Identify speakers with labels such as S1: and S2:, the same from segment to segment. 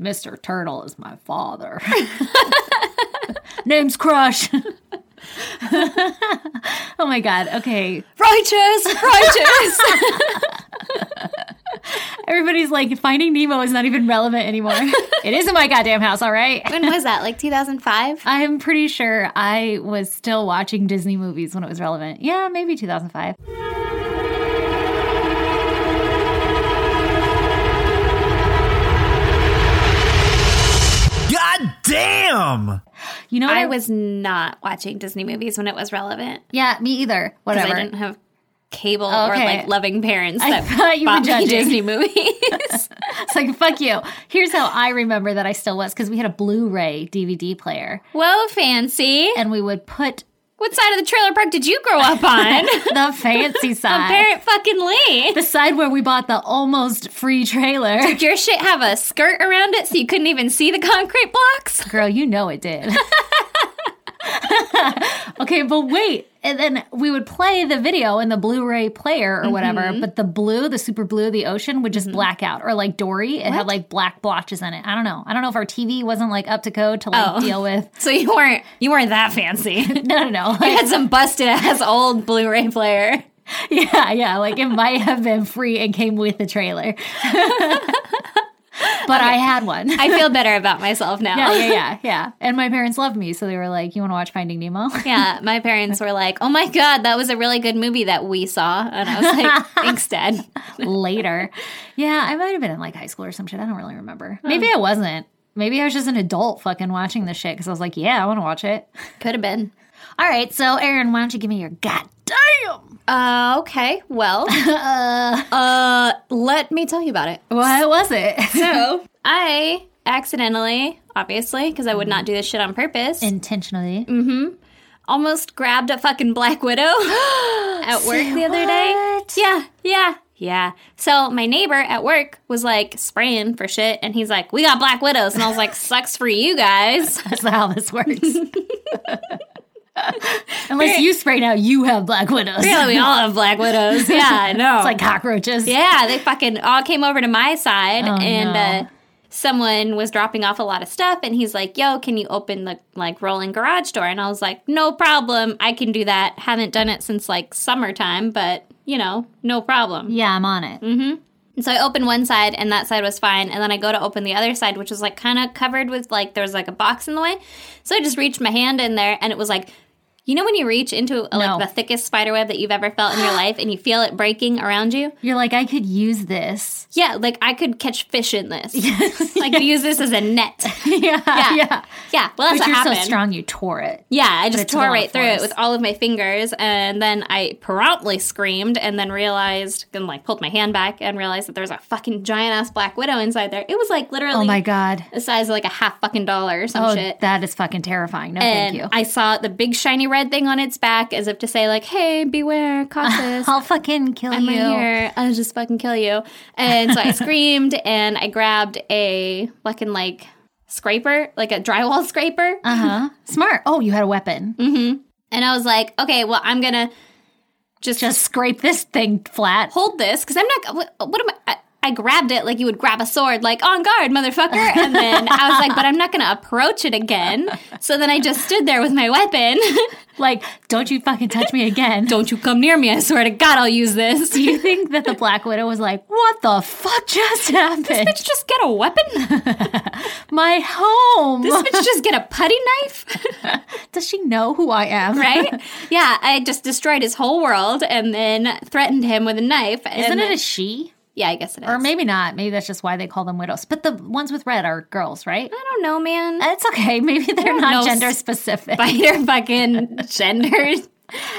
S1: Mr. Turtle is my father. Name's Crush. oh my god. Okay.
S2: Righteous, righteous.
S1: Everybody's like finding Nemo is not even relevant anymore. it is in my goddamn house, all right?
S2: when was that? Like 2005?
S1: I'm pretty sure I was still watching Disney movies when it was relevant. Yeah, maybe 2005.
S3: God damn!
S1: You know what?
S2: I was not watching Disney movies when it was relevant
S1: Yeah, me either.
S2: because
S1: Whatever.
S2: I didn't have cable or
S1: Okay.
S2: like loving parents
S1: I
S2: that
S1: thought you were
S2: bought me
S1: judging.
S2: Disney movies.
S1: It's like, fuck you. Here's how I remember that I still was because we had a Blu ray DVD player
S2: Whoa, fancy.
S1: and we would put
S2: What side of the trailer park did you grow up on?
S1: the fancy
S2: on
S1: side.
S2: Parrot fucking Lane.
S1: The side where we bought the almost free trailer.
S2: Did your shit have a skirt around it so you couldn't even see the concrete blocks?
S1: Girl, you know it did. okay, but wait. And then we would play the video in the Blu ray player or whatever, but the blue, the super blue, the ocean would just black out. Or like Dory, it had like black blotches in it. I don't know. I don't know if our TV wasn't like up to code to like
S2: Oh.
S1: deal with.
S2: So you weren't you weren't that fancy.
S1: No, no, no.
S2: I had some busted ass old Blu-ray player.
S1: Yeah, yeah. Like it might have been free and came with the trailer. but I had one.
S2: I feel better about myself now.
S1: yeah, yeah, yeah, yeah. And my parents loved me, so they were like, "You want to watch Finding Nemo?"
S2: Yeah, my parents were like, "Oh my god, that was a really good movie that we saw," and I was like, "Thanks, Dad."
S1: Later. Yeah, I might have been in like high school or some shit. I don't really remember. Maybe I wasn't. Maybe I was just an adult fucking watching this shit because I was like, "Yeah, I want to watch it."
S2: Could have been.
S1: All right, so Aaron, why don't you give me your goddamn?
S2: Uh, okay. Well, uh, let me tell you about it.
S1: What was it?
S2: So I accidentally, obviously, because I would not do this shit on purpose,
S1: Intentionally.
S2: almost grabbed a fucking Black Widow at work the other day.
S1: What?
S2: Yeah, yeah, yeah. So my neighbor at work was like spraying for shit, and he's like, "We got Black Widows," and I was like, "Sucks for you guys."
S1: That's not how this works. Unless you spray now, you have black widows.
S2: Really, we all have Black Widows. Yeah, I know.
S1: It's like cockroaches.
S2: Yeah, they fucking all came over to my side,
S1: Oh,
S2: and
S1: no.
S2: uh, someone was dropping off a lot of stuff, and he's like, "Yo, can you open the like rolling garage door?" And I was like, "No problem, I can do that. Haven't done it since like summertime, but you know, no problem."
S1: Yeah, I'm on it.
S2: And so I opened one side, and that side was fine, and then I go to open the other side, which was like kind of covered with like there was like a box in the way, so I just reached my hand in there, and it was like. You know when you reach into uh, like
S1: No.
S2: the thickest spider web that you've ever felt in your life and you feel it breaking around you?
S1: You're like, I could use this.
S2: Yeah, like I could catch fish in this. I could use this as a net.
S1: Yeah. Yeah.
S2: Yeah, well, that's
S1: But
S2: what
S1: you're
S2: happened.
S1: so strong, you tore it.
S2: Yeah, I
S1: But
S2: just
S1: it's a lot
S2: tore
S1: of
S2: right through
S1: force.
S2: it with all of my fingers, and then I promptly screamed, and then realized, and like pulled my hand back, and realized that there was a fucking giant ass black widow inside there. It was like literally
S1: Oh my God.
S2: the size of like a half fucking dollar or some
S1: Oh,
S2: shit.
S1: that is fucking terrifying. No,
S2: and
S1: thank you.
S2: I saw the big shiny red thing on its back, as if to say, like, "Hey, beware, cautious."
S1: I'll fucking kill
S2: I'm
S1: you.
S2: right here. I'll just fucking kill you. And so I screamed and I grabbed a fucking like scraper, like a drywall scraper.
S1: Uh huh. Smart. Oh, you had a weapon.
S2: Mm-hmm. And I was like, okay, well, I'm gonna just,
S1: Just scrape this thing flat.
S2: hold this because I'm not. What, what am I? I I grabbed it like you would grab a sword, like on guard, motherfucker. And then I was like, but I'm not going to approach it again. So then I just stood there with my weapon.
S1: Like, don't you fucking touch me again.
S2: Don't you come near me. I swear to God, I'll use this.
S1: Do you think that the Black Widow was like, what the fuck just happened?
S2: Bitch, just get a weapon.
S1: My home.
S2: This bitch just get a putty knife.
S1: Does she know who I am?
S2: right? yeah, I just destroyed his whole world and then threatened him with a knife.
S1: Isn't
S2: and
S1: it a she?
S2: yeah, I guess it is.
S1: Or maybe not. Maybe that's just why they call them widows. But the ones with red are girls, right?
S2: I don't know, man.
S1: It's okay. Maybe they're
S2: don't
S1: not
S2: know.
S1: gender specific.
S2: By your fucking gender. It's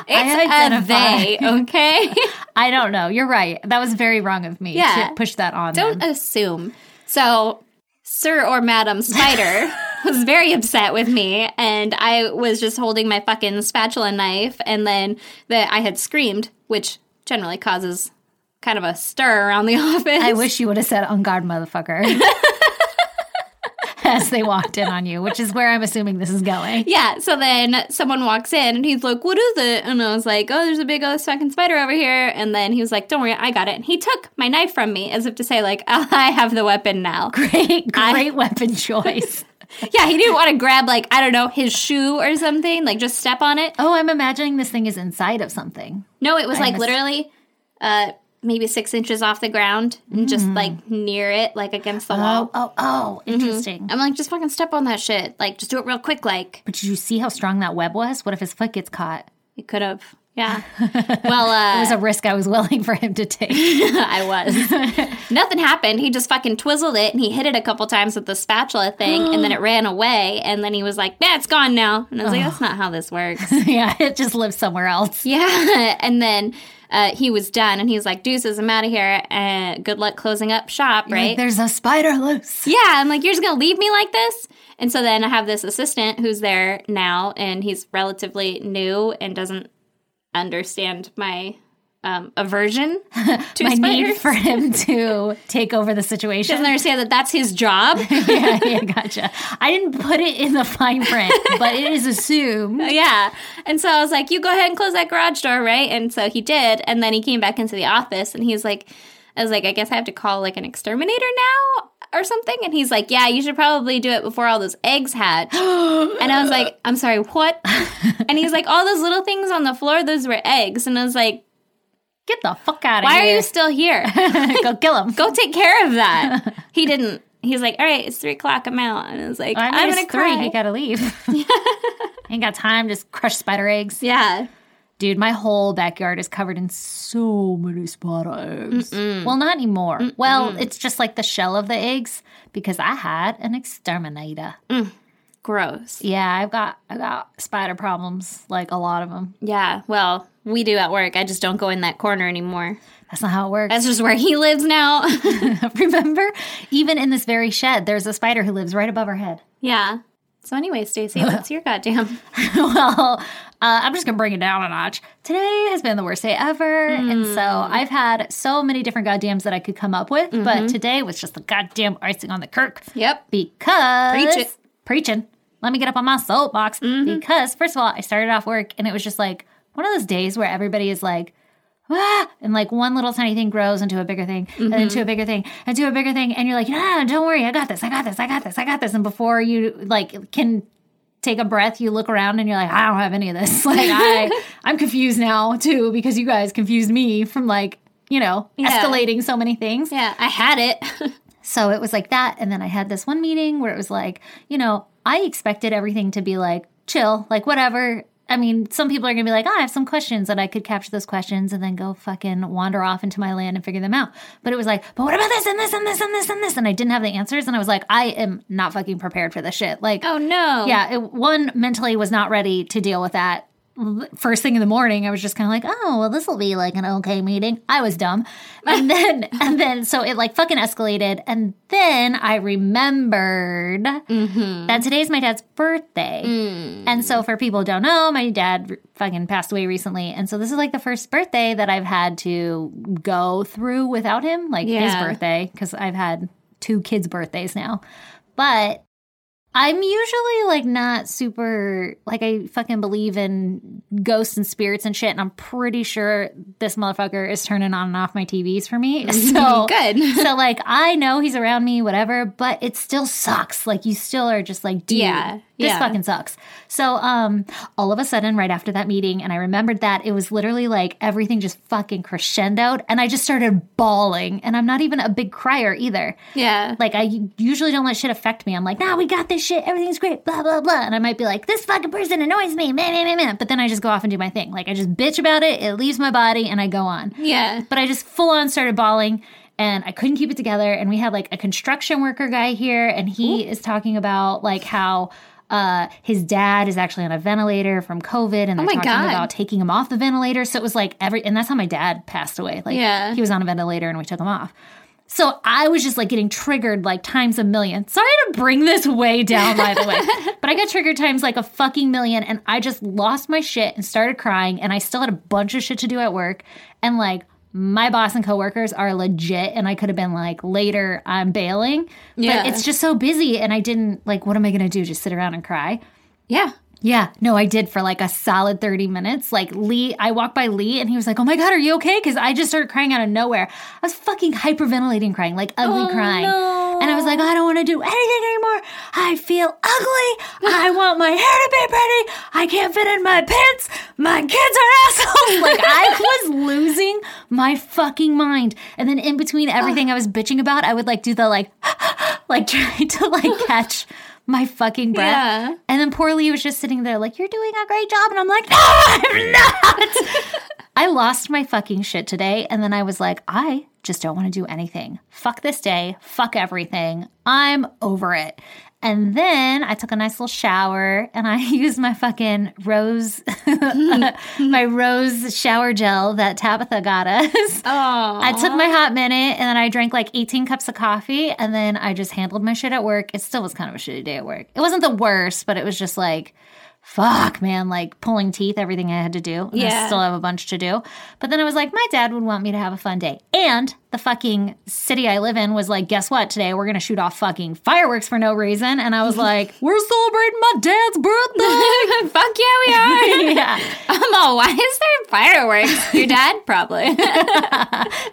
S2: a
S1: identify.
S2: they, okay?
S1: I don't know. You're right. That was very wrong of me
S2: Yeah.
S1: to push that on
S2: don't
S1: them.
S2: assume. So, Sir or Madam Spider was very upset with me, and I was just holding my fucking spatula knife, and then that I had screamed, which generally causes kind of a stir around the office.
S1: I wish you would have said, "On guard, motherfucker," as they walked in on you, which is where I'm assuming this is going.
S2: Yeah, so then someone walks in and he's like, What is it? And I was like, Oh, there's a big ass fucking spider over here. And then he was like, Don't worry, I got it. And he took my knife from me as if to say, like, I have the weapon now.
S1: Great, great weapon choice.
S2: yeah, he didn't want to grab like, I don't know, his shoe or something, like just step on it.
S1: Oh, I'm imagining this thing is inside of something.
S2: No, it was like literally uh maybe six inches off the ground and just like near it, like against the
S1: Mm-hmm. Oh,
S2: wall.
S1: oh, oh, interesting.
S2: I'm like, just fucking step on that shit. Like, just do it real quick, like.
S1: But did you see how strong that web was? What if his foot gets caught?
S2: It could have. Yeah. well, uh,
S1: It was a risk I was willing for him to take.
S2: I was. Nothing happened. He just fucking twizzled it and he hit it a couple times with the spatula thing and then it ran away and then he was like, that's gone now. And I was like, that's not how this works.
S1: yeah, it just lives somewhere else.
S2: yeah. And then uh, he was done and he was like, deuces, I'm out of here. Uh, good luck closing up shop,
S1: Like,
S2: right?
S1: there's a spider loose.
S2: yeah. I'm like, you're just going to leave me like this? And so then I have this assistant who's there now and he's relatively new and doesn't understand my um, aversion to
S1: My need
S2: spiders.
S1: for him to take over the situation.
S2: doesn't understand that that's his job.
S1: yeah, yeah, gotcha. I didn't put it in the fine print, but it is assumed.
S2: yeah. And so I was like, you go ahead and close that garage door, right? And so he did. And then he came back into the office and he was like, I was like, I guess I have to call like an exterminator now or something. And he's like, yeah, you should probably do it before all those eggs hatch. and I was like, I'm sorry, what? and he's like, all those little things on the floor, those were eggs. And I was like,
S1: Get the fuck out of
S2: why are
S1: here.
S2: you still here?
S1: you go kill him?
S2: go take care of that. He didn't. He's like, all right, it's three o'clock. I'm out. And I was like,
S1: I
S2: I'm,
S1: mean,
S2: gonna
S1: it's three.
S2: cry.
S1: You gotta leave. Ain't got time. Just crush spider eggs,
S2: yeah.
S1: dude. My whole backyard is covered in so many spider eggs. Well, not anymore. Well, it's just like the shell of the eggs because I had an exterminator.
S2: Mm. Gross.
S1: Yeah, I've got I got spider problems, like a lot of them.
S2: Yeah, well, we do at work. I just don't go in that corner anymore.
S1: That's not how it works.
S2: That's just where he lives now.
S1: Remember, even in this very shed, there's a spider who lives right above our head.
S2: yeah. So anyway, Stacey, what's your goddamn?
S1: well, uh, I'm just gonna bring it down a notch. Today has been the worst day ever, and so I've had so many different goddams that I could come up with, but today was just the goddamn icing on the kirk.
S2: Yep.
S1: Because
S2: Preach it. Mm-hmm.
S1: preaching. Let me get up on my soapbox because first of all, I started off work and it was just like one of those days where everybody is like. Ah, and like one little tiny thing grows into a bigger thing and into
S2: Mm-hmm.
S1: a bigger thing and to a bigger thing and you're like no, no don't worry i got this i got this i got this i got this and before you like can take a breath, you look around and you're like, I don't have any of this. Like I I'm confused now too because you guys confused me from like, you know,
S2: Yeah.
S1: escalating so many things.
S2: Yeah, I had it.
S1: So it was like that and then I had this one meeting where it was like, you know, I expected everything to be like chill, like whatever. I mean, some people are going to be like, "Oh, I have some questions and I could capture those questions and then go fucking wander off into my land and figure them out." But it was like, "But what about this and this and this and this and this?" And I didn't have the answers and I was like, "I am not fucking prepared for this shit." Like
S2: oh no.
S1: yeah, it, one mentally was not ready to deal with that. First thing in the morning, I was just kind of like, "Oh, well, this will be like an okay meeting." I was dumb, and then and then so it like fucking escalated, and then I remembered
S2: Mm-hmm.
S1: that today's my dad's birthday,
S2: Mm.
S1: and so for people who don't know, my dad r- fucking passed away recently, and so this is like the first birthday that I've had to go through without him, like his
S2: Yeah.
S1: birthday, because I've had two kids' birthdays now, but I'm usually like not super like I fucking believe in ghosts and spirits and shit, and I'm pretty sure this motherfucker is turning on and off my TVs for me. So
S2: Good.
S1: So like I know he's around me, whatever, but it still sucks. Like you still are just like, dude,
S2: Yeah,
S1: this
S2: yeah.
S1: fucking sucks. So um, all of a sudden, right after that meeting, and I remembered that it was literally like everything just fucking crescendoed, and I just started bawling. And I'm not even a big crier either
S2: Yeah.
S1: like I usually don't let shit affect me. I'm like, nah, we got this shit. Everything's great. Blah blah blah. And I might be like, this fucking person annoys me. Meh, meh, meh, meh. But then I just go off and do my thing. Like I just bitch about it. It leaves my body, and I go on.
S2: yeah.
S1: But I just full on started bawling and I couldn't keep it together. And we had like a construction worker guy here, and he is talking about like how uh his dad is actually on a ventilator from COVID and they're
S2: Oh my
S1: talking
S2: God.
S1: about taking him off the ventilator. So it was like every and that's how my dad passed away. Like
S2: Yeah.
S1: he was on a ventilator and we took him off. So I was just like getting triggered like times a million. Sorry to bring this way down, by the way, but I got triggered times like a fucking million, and I just lost my shit and started crying. And I still had a bunch of shit to do at work, and like my boss and coworkers are legit and I could have been like, later, I'm bailing.
S2: Yeah.
S1: But it's just so busy and I didn't like, what am I going to do? Just sit around and cry?
S2: Yeah.
S1: Yeah, no, I did for like a solid 30 minutes. Like Lee, I walked by Lee and he was like, Oh my God, are you okay? Because I just started crying out of nowhere. I was fucking hyperventilating crying, like ugly
S2: Oh,
S1: crying.
S2: no.
S1: And I was like, I don't want to do anything anymore. I feel ugly. I want my hair to be pretty. I can't fit in my pants. My kids are assholes. Like I was losing my fucking mind. And then in between everything I was bitching about, I would like do the like, like trying to like catch my fucking breath.
S2: Yeah.
S1: And then poor Lee was just sitting there like, You're doing a great job. And I'm like, No, I'm not. I lost my fucking shit today. And then I was like, I just don't want to do anything. Fuck this day. Fuck everything. I'm over it. And then I took a nice little shower and I used my fucking rose, my rose shower gel that Tabitha got us.
S2: Oh.
S1: I took my hot minute and then I drank like 18 cups of coffee and then I just handled my shit at work. It still was kind of a shitty day at work. It wasn't the worst, but it was just like, fuck, man, like pulling teeth, everything I had to do. And I
S2: Yeah.
S1: still have a bunch to do. But then I was like, my dad would want me to have a fun day. And the fucking city I live in was like, guess what? Today we're going to shoot off fucking fireworks for no reason. And I was like, we're celebrating my dad's birthday.
S2: Fuck yeah, we are.
S1: yeah.
S2: I'm all, why is there fireworks? Your dad probably.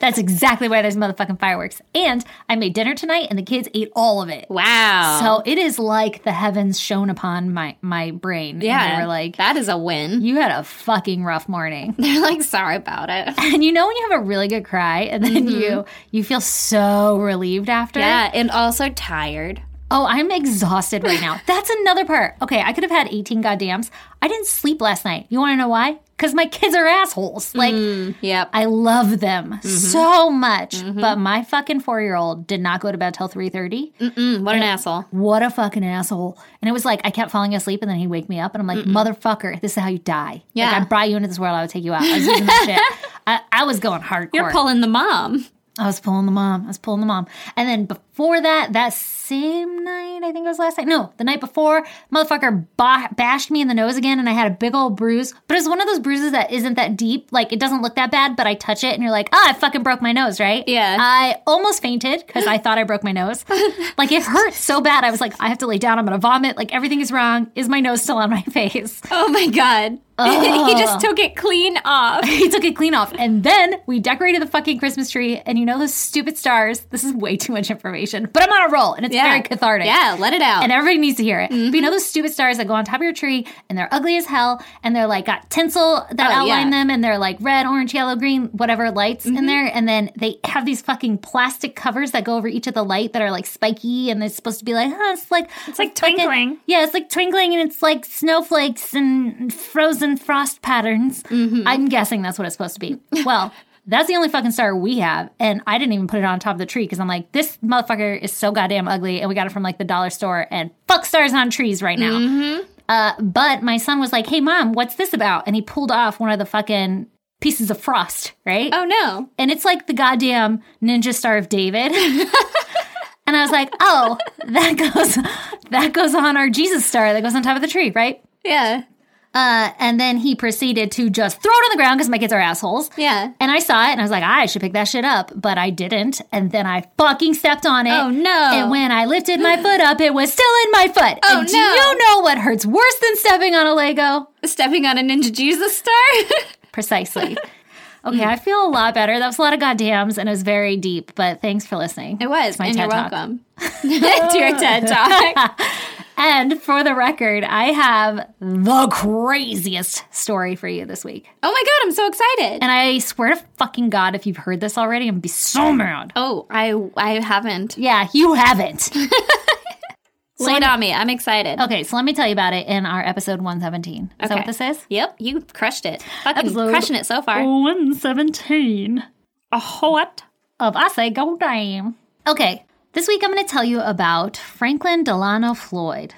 S1: That's exactly why there's motherfucking fireworks. And I made dinner tonight and the kids ate all of it.
S2: wow.
S1: So it is like the heavens shone upon my my brain. And
S2: yeah,
S1: they were like,
S2: that is a win.
S1: "You had a fucking rough morning."
S2: They're like, sorry about it.
S1: and you know when you have a really good cry, and then you you feel so relieved after.
S2: Mm-hmm. Yeah, and also tired.
S1: Oh, I'm exhausted right now. That's another part. Okay, I could have had 18 goddams. I didn't sleep last night. You want to know why? Because my kids are assholes. Like.
S2: Yep.
S1: I love them
S2: Mm-hmm.
S1: so much, but my fucking four year old did not go to bed till three thirty.
S2: Mm, what an asshole.
S1: What a fucking asshole! And it was like I kept falling asleep, and then he'd wake me up, and I'm like, motherfucker, this is how you die.
S2: Yeah.
S1: like, I brought you into this world. I would take you out. I was using that shit. I, I was going hardcore.
S2: You're pulling the mom.
S1: I was pulling the mom. I was pulling the mom. And then before that, that same night, I think it was last night. No, the night before, motherfucker ba- bashed me in the nose again, and I had a big old bruise. But it's one of those bruises that isn't that deep. Like it doesn't look that bad, but I touch it, and you're like, ah, I fucking broke my nose, right?
S2: Yeah.
S1: I almost fainted because I thought I broke my nose. like it hurt so bad, I was like, I have to lay down. I'm gonna vomit. Like everything is wrong. Is my nose still on my face?
S2: Oh my god. he just took it clean off.
S1: he took it clean off. And then we decorated the fucking Christmas tree. And you know those stupid stars? This is way too much information, but I'm on a roll and it's very cathartic.
S2: Yeah, Mm-hmm. let it out.
S1: And everybody needs to hear it. But you know those stupid stars that go on top of your tree and they're ugly as hell and they're like got tinsel that
S2: Oh,
S1: outline
S2: yeah.
S1: them and they're like red, orange, yellow, green, whatever lights
S2: Mm-hmm.
S1: in there. And then they have these fucking plastic covers that go over each of the light that are like spiky and it's supposed to be like, huh, it's like
S2: it's like
S1: fucking- yeah, it's like twinkling and it's like snowflakes and frozen frost patterns. I'm guessing that's what it's supposed to be. Well, that's the only fucking star we have. And I didn't even put it on top of the tree because I'm like, this motherfucker is so goddamn ugly. And we got it from like the dollar store and fuck stars on trees right now. Uh, but my son was like, hey, mom, what's this about? And he pulled off one of the fucking pieces of frost, right?
S2: Oh no.
S1: and it's like the goddamn ninja star of david and i was like oh that goes that goes on our jesus star that goes on top of the tree right
S2: Yeah.
S1: uh, and then he proceeded to just throw it on the ground because my kids are assholes
S2: Yeah.
S1: and I saw it and I was like, I should pick that shit up, but I didn't. And then I fucking stepped on it.
S2: Oh, no.
S1: And when I lifted my foot up, it was still in my foot.
S2: Oh,
S1: and do
S2: no.
S1: you know what hurts worse than stepping on a Lego?
S2: Stepping on a Ninja Jesus star.
S1: Precisely. okay, I feel a lot better. That was a lot of goddams and it was very deep, but thanks for listening.
S2: it was.
S1: It's my
S2: and
S1: TED
S2: you're
S1: Talk.
S2: welcome. to your TED Talk.
S1: And for the record, I have the craziest story for you this week.
S2: Oh my god, I'm so excited.
S1: And I swear to fucking God, if you've heard this already, I'm gonna be so mad.
S2: oh, I I haven't.
S1: Yeah, you haven't.
S2: Lay it on me. I'm excited.
S1: okay, so let me tell you about it in our episode 117. Is that what this is?
S2: Yep, you crushed it. Fucking
S1: Episode-
S2: crushing it so far.
S1: 117
S2: A what?
S1: of I Say Go Damn. Okay, this week I'm gonna tell you about Franklin Delano Floyd.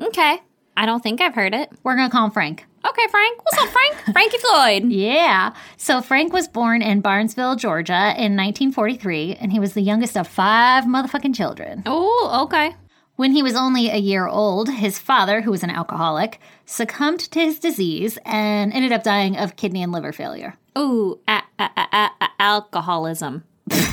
S2: Okay. I don't think I've heard it.
S1: We're gonna call him Frank.
S2: Okay, Frank. What's up, Frank? Frankie Floyd.
S1: Yeah. So Frank was born in Barnesville, Georgia in 1943, and he was the youngest of five motherfucking children.
S2: Oh, okay.
S1: When he was only a year old, his father, who was an alcoholic, succumbed to his disease and ended up dying of kidney and liver failure.
S2: oh, a- a- a- a- a- alcoholism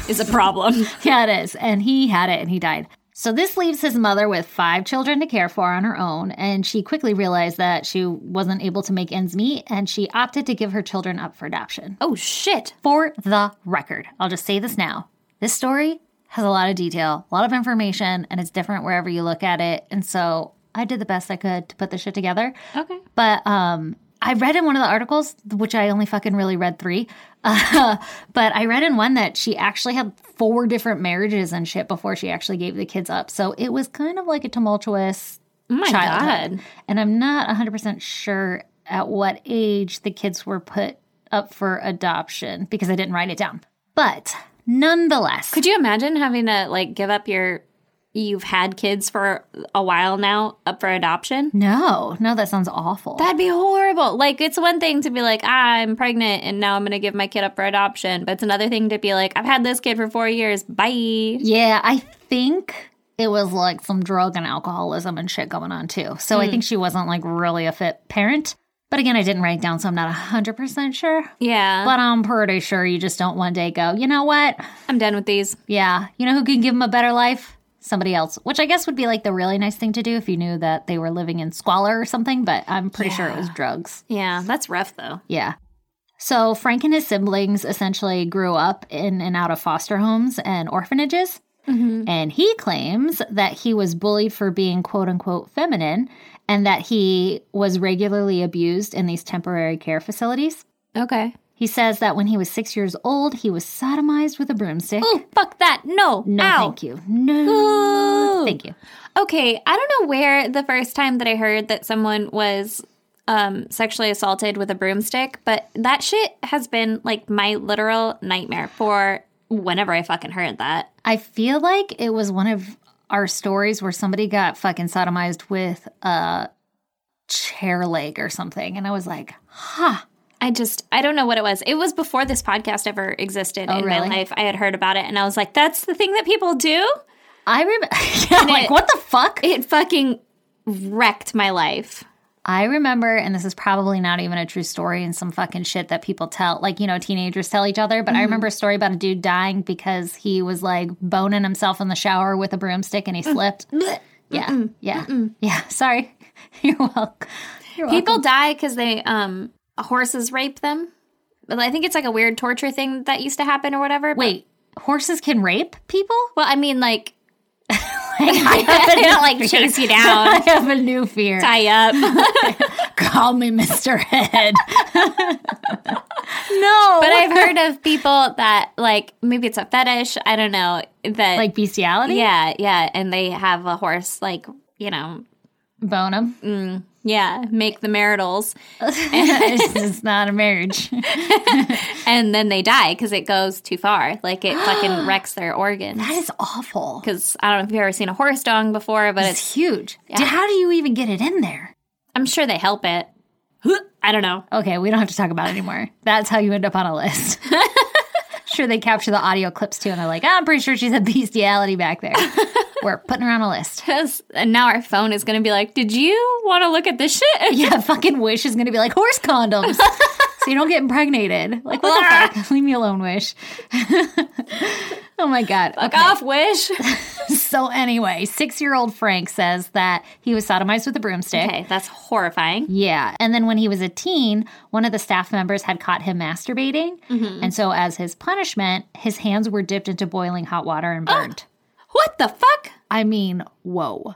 S2: is a problem.
S1: Yeah, it is. And he had it and he died. So this leaves his mother with five children to care for on her own. And she quickly realized that she wasn't able to make ends meet and she opted to give her children up for adoption.
S2: oh shit.
S1: For the record, I'll just say this now. This story has a lot of detail, a lot of information, and it's different wherever you look at it. And so I did the best I could to put this shit together.
S2: Okay.
S1: But um, I read in one of the articles, which I only fucking really read three, uh, but I read in one that she actually had four different marriages and shit before she actually gave the kids up. So it was kind of like a tumultuous
S2: Oh my
S1: childhood.
S2: god.
S1: And I'm not 100% sure at what age the kids were put up for adoption because I didn't write it down. But nonetheless,
S2: Could you imagine having to like give up your you've had kids for a while now up for adoption?
S1: no, no, that sounds awful.
S2: That'd be horrible. Like, it's one thing to be like, I'm pregnant and now I'm going to give my kid up for adoption. But it's another thing to be like, I've had this kid for four years. Bye.
S1: yeah, I think it was like some drug and alcoholism and shit going on too. So
S2: Hmm.
S1: I think she wasn't like really a fit parent. But again, I didn't write it down, so I'm not 100% sure.
S2: Yeah.
S1: But I'm pretty sure you just don't one day go, you know what?
S2: I'm done with these.
S1: Yeah. You know who can give them a better life? Somebody else, which I guess would be like the really nice thing to do if you knew that they were living in squalor or something, but I'm pretty sure it was drugs.
S2: Yeah. That's rough, though.
S1: Yeah. So Frank and his siblings essentially grew up in and out of foster homes and orphanages.
S2: Mm-hmm.
S1: And he claims that he was bullied for being quote unquote feminine and that he was regularly abused in these temporary care facilities.
S2: Okay.
S1: He says that when he was six years old, he was sodomized with a broomstick.
S2: Oh, fuck that. No.
S1: No,
S2: Ow.
S1: thank you. No,
S2: Ooh.
S1: thank you.
S2: Okay. I don't know where the first time that I heard that someone was um, sexually assaulted with a broomstick, but that shit has been like my literal nightmare for whenever I fucking heard that.
S1: I feel like it was one of our stories where somebody got fucking sodomized with a chair leg or something. And I was like,
S2: I just I don't know what it was. It was before this podcast ever existed in
S1: Oh, really?
S2: my life. I had heard about it and I was like, that's the thing that people do?
S1: I remember, yeah, I'm like,
S2: it-
S1: what the fuck?
S2: It fucking wrecked my life.
S1: I remember, and this is probably not even a true story and some fucking shit that people tell, like, you know, teenagers tell each other. But I remember a story about a dude dying because he was like boning himself in the shower with a broomstick and he slipped. Yeah. Yeah. Yeah. Sorry. You're welcome. You're welcome.
S2: People die cuz they um horses rape them. But I think it's like a weird torture thing that used to happen or whatever. but-
S1: Wait, horses can rape people?
S2: Well, I mean like
S1: I
S2: they don't like chase you down,
S1: I have a new fear.
S2: tie you up.
S1: Call me Mr. Head. no.
S2: But I've heard of people that like maybe it's a fetish, I don't know, that
S1: like bestiality?
S2: yeah, yeah, and they have a horse like, you know,
S1: Bone 'em.
S2: Yeah, make the maritals.
S1: it's, it's not a marriage.
S2: And then they die because it goes too far. Like it fucking wrecks their organs.
S1: That is awful.
S2: Because I don't know if you've ever seen a horse dong before, but it's,
S1: It's huge. D- How do you even get it in there?
S2: I'm sure they help it. I don't know.
S1: Okay, we don't have to talk about it anymore. That's how you end up on a list. sure, they capture the audio clips too, and they're like, I'm pretty sure she said bestiality back there. We're putting her on a list.
S2: 'Cause- And now our phone is going to be like, did you want to look at this shit?
S1: Yeah, fucking Wish is gonna be like horse condoms. so you don't get impregnated. Like, what the fuck? Leave me alone, Wish. oh my god.
S2: Fuck off, Wish.
S1: So anyway, six year old Frank says that he was sodomized with a broomstick.
S2: okay, that's horrifying.
S1: Yeah. And then when he was a teen, one of the staff members had caught him masturbating.
S2: Mm-hmm.
S1: And so, as his punishment, his hands were dipped into boiling hot water
S2: Oh.
S1: and burned.
S2: What the fuck?
S1: I mean, whoa.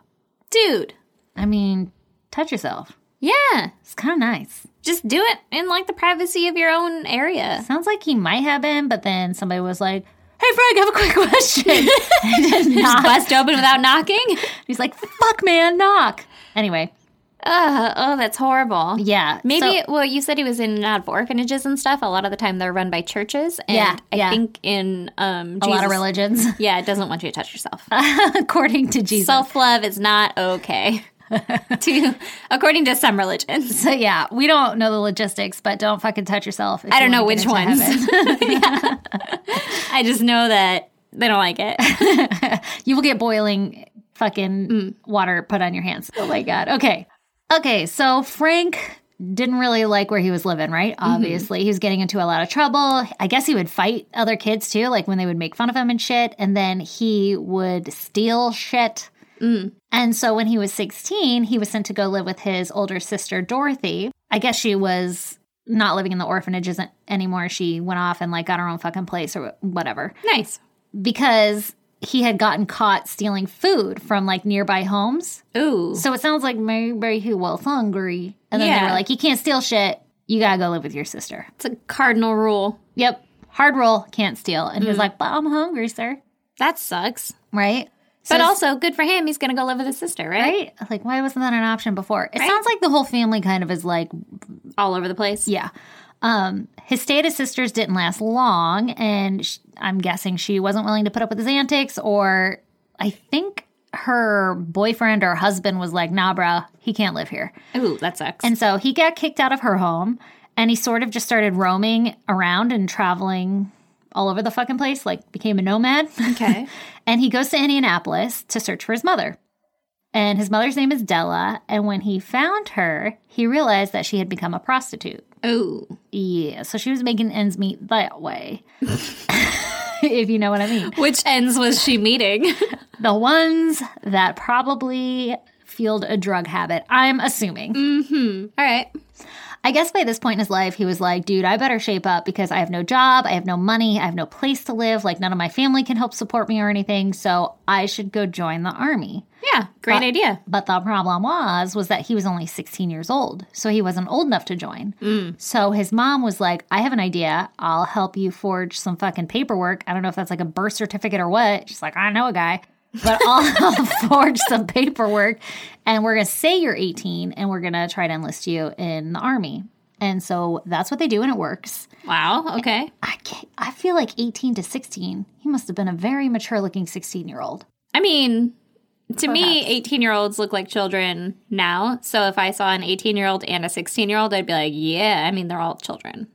S2: Dude.
S1: I mean, touch yourself.
S2: Yeah.
S1: It's kind of nice.
S2: Just do it in like the privacy of your own area.
S1: Sounds like he might have been, but then somebody was like, Hey, Frank, I have a quick question. And did
S2: Just
S1: knock.
S2: bust open without knocking.
S1: He's like, Fuck, man, knock. Anyway,
S2: Ugh, oh, that's horrible.
S1: yeah.
S2: Maybe
S1: so-
S2: well, you said he was in and out of orphanages and stuff. A lot of the time, they're run by churches. And
S1: Yeah,
S2: I
S1: yeah.
S2: think in um,
S1: a
S2: Jesus,
S1: lot of religions,
S2: yeah, it doesn't want you to touch yourself.
S1: according to Jesus.
S2: Self love is not okay. to according to some religions,
S1: So yeah, we don't know the logistics, but don't fucking touch yourself. if
S2: I
S1: you
S2: don't know
S1: wanna
S2: which
S1: get
S2: ones.
S1: into heaven.
S2: Yeah. I just know that they don't like it.
S1: You will get boiling fucking water put on your hands. Oh my god. Okay. Okay, so Frank didn't really like where he was living, right? Obviously, he was getting into a lot of trouble. I guess he would fight other kids too, like when they would make fun of him and shit. And then he would steal shit. And so when he was 16, he was sent to go live with his older sister, Dorothy. I guess she was not living in the orphanage isn't anymore. She went off and like got her own fucking place or wh- whatever
S2: Nice.
S1: because he had gotten caught stealing food from like nearby homes.
S2: Ooh.
S1: So it sounds like maybe he was hungry. And then they
S2: Yeah.
S1: were like, you can't steal shit. You gotta go live with your sister.
S2: It's a cardinal rule.
S1: Yep. Hard rule, can't steal. And he
S2: Mm.
S1: was like, but I'm hungry, sir.
S2: That sucks.
S1: Right? So
S2: But
S1: it's-
S2: also, good for him. He's going to go live with his sister, right?
S1: Right? Like, why wasn't that an option before? It sounds like the whole family kind of is like,
S2: All over the place.
S1: yeah. Um, his stay at his sister's didn't last long, and sh- I'm guessing she wasn't willing to put up with his antics, or I think her boyfriend or husband was like, nah, bruh, he can't live here.
S2: Ooh, that sucks.
S1: And so he got kicked out of her home, and he sort of just started roaming around and traveling all over the fucking place, like became a nomad.
S2: okay.
S1: And he goes to Indianapolis to search for his mother. And his mother's name is Della. And when he found her, he realized that she had become a prostitute.
S2: Ooh.
S1: Yeah, so she was making ends meet that way. if you know what I mean.
S2: Which ends was she meeting?
S1: The ones that probably fueled a drug habit, I'm assuming.
S2: All right.
S1: I guess by this point in his life, he was like, dude, I better shape up because I have no job, I have no money, I have no place to live. Like, none of my family can help support me or anything. So I should go join the army.
S2: Yeah. Great idea.
S1: But the problem was was that he was only 16 years old, so he wasn't old enough to join. So his mom was like, "I have an idea. I'll help you forge some fucking paperwork. I don't know if that's like a birth certificate or what." She's like, "I know a guy, but I'll, I'll forge some paperwork, and we're gonna say you're 18, and we're gonna try to enlist you in the army." And so that's what they do, and it works.
S2: Wow. Okay.
S1: I can't, I feel like 18 to 16, he must have been a very mature looking 16 year old.
S2: I mean, to me, 18 year olds look like children now. So if I saw an 18 year old and a 16 year old, I'd be like, yeah, I mean, they're all children.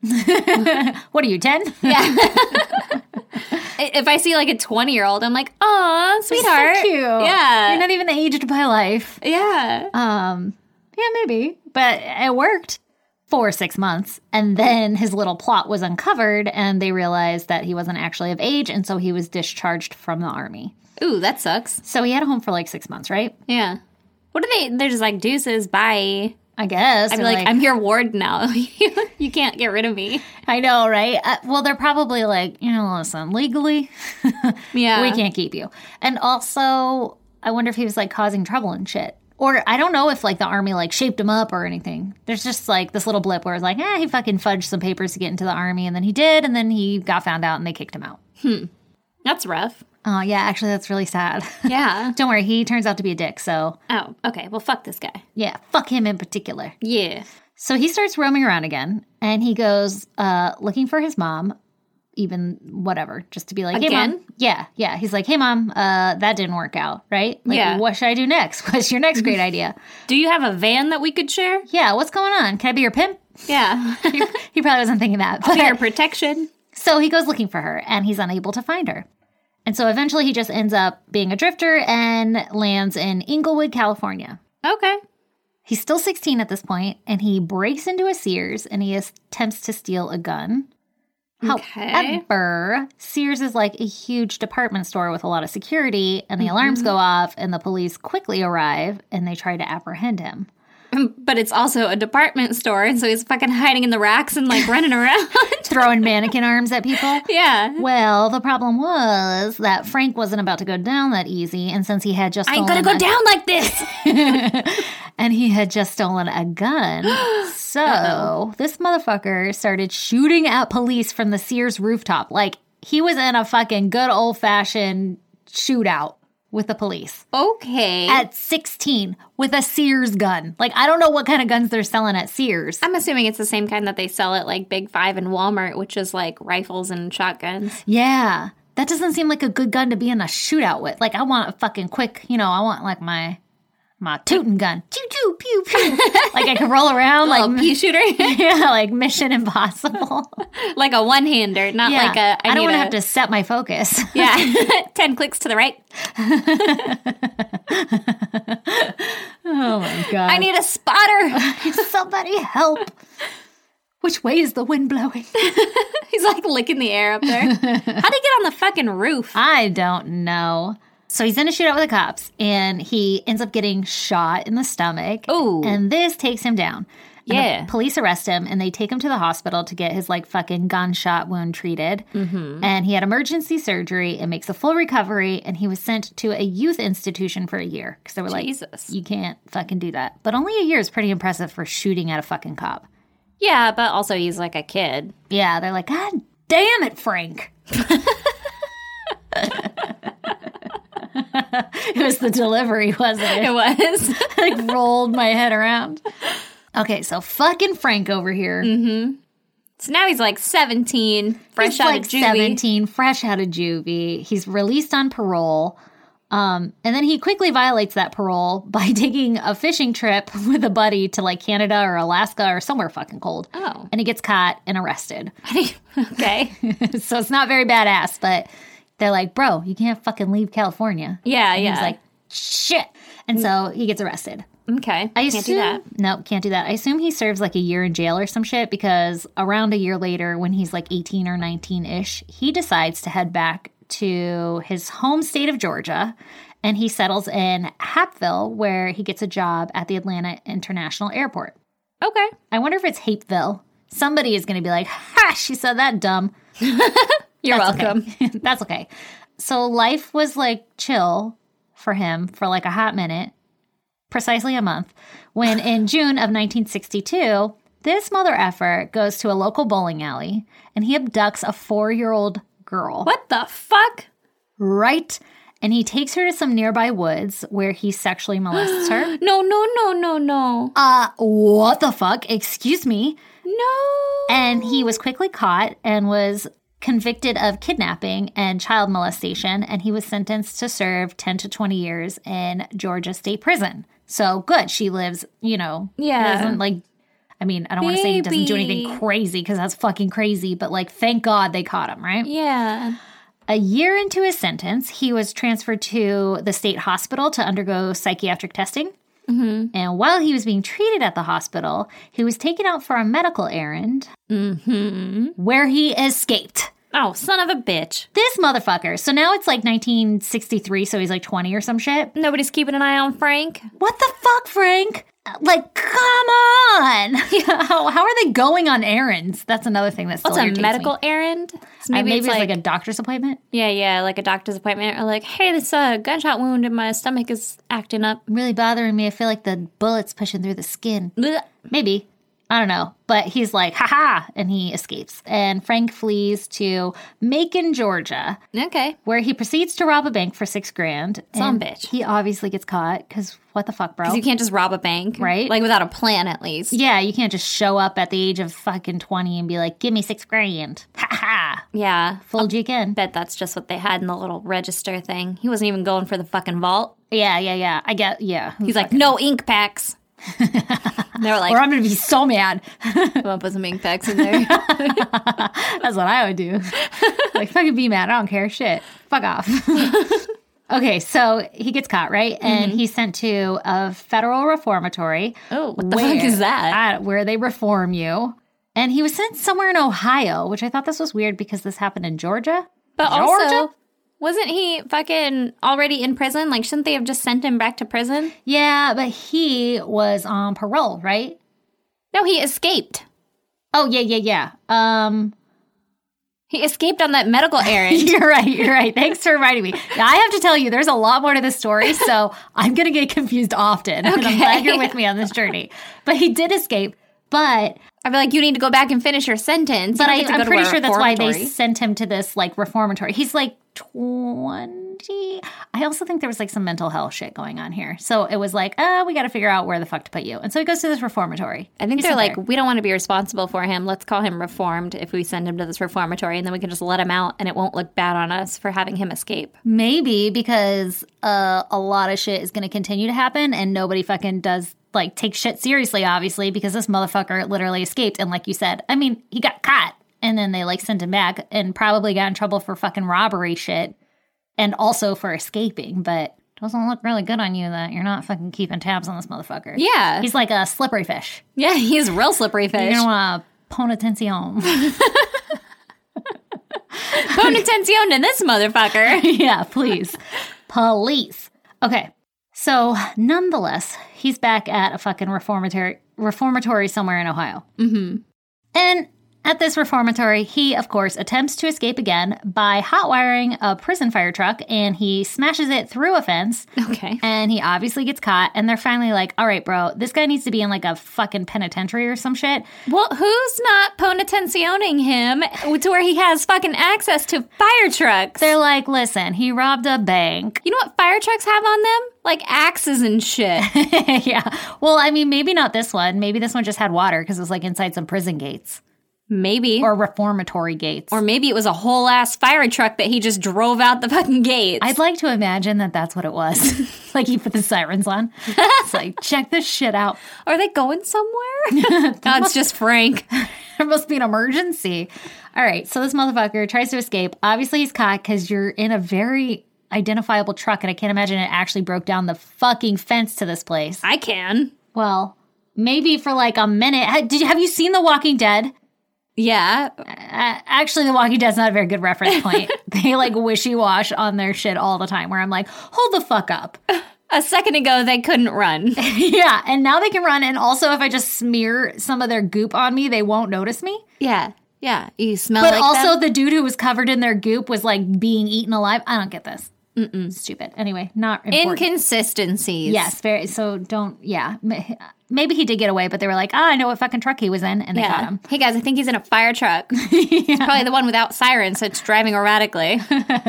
S1: What are you 10?
S2: I- if I see like a 20 year old, I'm like, aw,
S1: so
S2: sweetheart.
S1: cute.
S2: Yeah.
S1: You're not even aged by life.
S2: yeah.
S1: Um, yeah, maybe. But it worked for six months. And then his little plot was uncovered, and they realized that he wasn't actually of age. And so he was discharged from the army.
S2: Ooh, that sucks.
S1: So he had a home for like six months, right?
S2: Yeah. What do they? They're just like, deuces, bye.
S1: I guess.
S2: I'd be
S1: Or,
S2: like, I'm your ward now. you can't get rid of me.
S1: I know, right? Uh, well, they're probably like, you know, listen, legally,
S2: Yeah.
S1: we can't keep you. And also, I wonder if he was like causing trouble and shit. Or I don't know if like the army like shaped him up or anything. There's just like this little blip where it's like, eh, he fucking fudged some papers to get into the army, and then he did, and then he got found out and they kicked him out.
S2: That's rough.
S1: Oh yeah, actually that's really sad.
S2: Yeah.
S1: don't worry, he turns out to be a dick. So
S2: oh, okay. Well, fuck this guy.
S1: yeah, fuck him in particular.
S2: Yeah.
S1: So he starts roaming around again, and he goes uh, looking for his mom. Even whatever, just to be like,
S2: Again?
S1: hey mom, yeah, yeah. He's like, hey mom, uh, that didn't work out, right? Like,
S2: Yeah.
S1: what should I do next? What's your next great idea?
S2: Do you have a van that we could share?
S1: Yeah, what's going on? Can I be your pimp?
S2: Yeah.
S1: he, he probably wasn't thinking that.
S2: For your
S1: But,
S2: protection.
S1: so he goes looking for her, and he's unable to find her. And so eventually, he just ends up being a drifter and lands in Inglewood, California.
S2: Okay.
S1: He's still 16 at this point, and he breaks into a Sears and he is- attempts to steal a gun.
S2: Okay.
S1: However, Sears is like a huge department store with a lot of security, and the alarms
S2: Mm-hmm.
S1: go off, and the police quickly arrive and they try to apprehend him.
S2: But it's also a department store, and so he's fucking hiding in the racks and like running around.
S1: Throwing mannequin arms at people.
S2: yeah.
S1: Well, the problem was that Frank wasn't about to go down that easy, and since he had just
S2: I ain't
S1: stolen
S2: gonna go
S1: a-
S2: down like this.
S1: and he had just stolen a gun, so this motherfucker started shooting at police from the Sears rooftop. Like he was in a fucking good old fashioned shootout with the police
S2: okay.
S1: at 16 with a Sears gun. Like I don't know what kind of guns they're selling at Sears.
S2: I'm assuming it's the same kind that they sell at like Big Five and Walmart, which is like rifles and shotguns.
S1: Yeah. That doesn't seem like a good gun to be in a shootout with. Like I want a fucking quick, you know, I want like my my tootin' gun. Pew pew pew pew. like I can roll around
S2: A
S1: like
S2: pea shooter,
S1: yeah, like Mission Impossible.
S2: like a one hander, not
S1: Yeah.
S2: like a.
S1: uh, I Oh don't
S2: need
S1: want to
S2: a-
S1: have to set my focus.
S2: Yeah, ten clicks to the right.
S1: oh my God.
S2: I need a spotter.
S1: Somebody help. Which way is the wind blowing?
S2: He's like licking the air up there. How'd he get on the fucking roof?
S1: I don't know. So he's in a shootout with the cops and he ends up getting shot in the stomach.
S2: Ooh.
S1: And this takes him down. And the
S2: Yeah.
S1: police arrest him and they take him to the hospital to get his like fucking gunshot wound treated. Mm-hmm. And he had emergency surgery and makes a full recovery. And he was sent to a youth institution for a year because they were like,
S2: Jesus.
S1: you can't fucking do that. But only a year is pretty impressive for shooting at a fucking cop.
S2: Yeah, but also he's like a kid.
S1: Yeah, they're like, God damn it, Frank. it was the delivery, wasn't it?
S2: It was.
S1: like rolled my head around. Okay, so fucking Frank over here.
S2: so now he's like 17, fresh
S1: He's
S2: out
S1: like
S2: of juvie.
S1: 17, fresh out of juvie. He's released on parole. Um, and then he quickly violates that parole by taking a fishing trip with a buddy to like Canada or Alaska or somewhere fucking cold.
S2: Oh.
S1: And he gets caught and arrested.
S2: okay.
S1: so it's not very badass, but they're like, bro, you can't fucking leave California.
S2: Yeah, yeah. Mm.
S1: He's like, shit. And so he gets arrested.
S2: okay.
S1: I
S2: can't
S1: assume,
S2: do that.
S1: No, can't do that. I assume he serves like a year in jail or some shit because around a year later, when he's like 18 or 19 ish, he decides to head back to his home state of Georgia and he settles in Hapville, where he gets a job at the Atlanta International Airport.
S2: Okay.
S1: I wonder if it's Hapeville. Somebody is going to be like, ha, she said that dumb.
S2: You're
S1: That's
S2: welcome.
S1: okay. That's okay. So life was like chill for him for like a hot minute, precisely a month, when in June of 1962, this mother effer goes to a local bowling alley and he abducts a four year old girl.
S2: What the fuck?
S1: Right. And he takes her to some nearby woods where he sexually molests her.
S2: No, no, no, no, no.
S1: Uh, what the fuck? Excuse me.
S2: No.
S1: And he was quickly caught and was convicted of kidnapping and child molestation. And he was sentenced to serve 10 to 20 years in Georgia State Prison. So good. She lives, you know,
S2: Yeah.
S1: doesn't like, I mean, I don't want to say he doesn't do anything
S2: Baby.
S1: crazy because that's fucking crazy, but like, thank God they caught him, right?
S2: Yeah.
S1: A year into his sentence, he was transferred to the state hospital to undergo psychiatric testing.
S2: Mm-hmm.
S1: And while he was being treated at the hospital, he was taken out for a medical errand
S2: Mm-hmm.
S1: where he escaped.
S2: Oh, son of a bitch.
S1: This motherfucker. So now it's like 1963, so he's like 20 or some shit.
S2: Nobody's keeping an eye on Frank.
S1: What the fuck, Frank? Like, come on. how, how are they going on errands? That's another thing that's
S2: What's a medical errand? So
S1: Maybe,
S2: maybe,
S1: maybe
S2: it's
S1: it's
S2: like,
S1: like a doctor's appointment.
S2: yeah, yeah, like a doctor's appointment, or like, hey, this uh, gunshot wound in my stomach is acting up.
S1: Really bothering me. I feel like the bullet's pushing through the skin.
S2: Blech.
S1: Maybe. I don't know. But he's like, haha, and he escapes. And Frank flees to Macon, Georgia,
S2: Okay,
S1: where he proceeds to rob a bank for six grand.
S2: Some
S1: And
S2: bitch.
S1: He obviously gets caught because what the fuck, bro?
S2: you can't just rob a bank,
S1: Right.
S2: Like without a plan, at least. Yeah,
S1: yeah, you can't just show up at the age of fucking 20 and be like, give me six grand. Ha ha. Fooled you again.
S2: bet that's just what they had in the little register thing. He wasn't even going for the fucking vault.
S1: Yeah, yeah, yeah. I get, yeah.
S2: He's like, no ink packs. And they were
S1: or
S2: like,
S1: I'm going to be so mad.
S2: I'm gonna put some ink packs in there.
S1: That's what I would do. like, fucking be mad. I don't care. Shit. Fuck off. okay, so he gets caught, right? And
S2: Mm-hmm.
S1: he's sent to a federal reformatory.
S2: Oh, what the fuck is that?
S1: I- where they reform you. And he was sent somewhere in Ohio, which I thought this was weird because this happened in Georgia.
S2: But
S1: Georgia?
S2: also, wasn't he fucking already in prison? Like, shouldn't they have just sent him back to prison?
S1: Yeah, but he was on parole, right?
S2: No, he escaped.
S1: Oh, yeah, yeah, yeah. Um,
S2: He escaped on that medical errand.
S1: You're right. You're right. Thanks for reminding me. Now, I have to tell you, there's a lot more to this story, so I'm going to get confused often. And I'm glad you're with me on this journey. But he did escape. But
S2: I'd be like, you need to go back and finish your sentence.
S1: but
S2: You
S1: I,
S2: don't get to go
S1: I'm
S2: to
S1: pretty
S2: a
S1: sure that's why they
S2: reformatory."
S1: sent him to this like reformatory. He's like 20. I also think there was like some mental health shit going on here. So it was like, uh, we got to figure out where the fuck to put you. And so he goes to this reformatory.
S2: I think
S1: He's
S2: they're
S1: in
S2: like,
S1: there.
S2: we don't want to be responsible for him. Let's call him reformed if we send him to this reformatory, and then we can just let him out, and it won't look bad on us for having him escape.
S1: Maybe because uh, a lot of shit is going to continue to happen and nobody fucking does like take shit seriously, obviously, because this motherfucker literally escaped. And like you said, I mean, he got caught and then they like sent him back and probably got in trouble for fucking robbery shit and also for escaping. But doesn't look really good on you that you're not fucking keeping tabs on this motherfucker.
S2: Yeah.
S1: He's like a slippery fish.
S2: yeah, he's a real slippery
S1: You
S2: fish.
S1: don't want to pon attention.
S2: Pone attention to this motherfucker.
S1: yeah, please. Police. Okay. So, nonetheless, he's back at a fucking reformatory reformatory somewhere in Ohio. Mm-hmm. And at this reformatory, he, of course, attempts to escape again by hotwiring a prison fire truck and he smashes it through a fence.
S2: Okay.
S1: And he obviously gets caught, and they're finally like, all right, bro, this guy needs to be in like a fucking penitentiary or some shit.
S2: Well, who's not pone attentioning him to where he has fucking access to fire trucks?
S1: They're like, listen, he robbed a bank.
S2: you know what fire trucks have on them? Like axes and shit.
S1: yeah. Well, I mean, maybe not this one. Maybe this one just had water because it was like inside some prison gates
S2: Maybe.
S1: or reformatory gates.
S2: Or maybe it was a whole ass fire truck that he just drove out the fucking gates.
S1: I'd like to imagine that that's what it was. like he put the sirens on. It's like, check this shit out.
S2: Are they going somewhere? no, it's just Frank.
S1: There must be an emergency. All right. So this motherfucker tries to escape. Obviously, he's caught because you're in a very identifiable truck, and I can't imagine it actually broke down the fucking fence to this place.
S2: I can.
S1: Well, maybe for like a minute. Ha- Did you, have you seen The Walking Dead?
S2: Yeah.
S1: Uh, actually, The Walking Dead's not a very good reference point. they like wishy wash on their shit all the time, where I'm like, hold the fuck up.
S2: A second ago, they couldn't run.
S1: yeah, and now they can run. And also, if I just smear some of their goop on me, they won't notice me.
S2: yeah. Yeah. You smell
S1: But
S2: like
S1: also,
S2: them?
S1: the dude who was covered in their goop was like being eaten alive. I don't get this. Mm-mm. Stupid. Anyway, not important.
S2: inconsistencies.
S1: yes, very. So don't. Yeah, Ma- maybe he did get away, but they were like, ah, I know what fucking truck he was in, and they got
S2: Yeah.
S1: him.
S2: Hey guys, I think he's in a fire truck. It's probably the one without sirens, so it's driving erratically.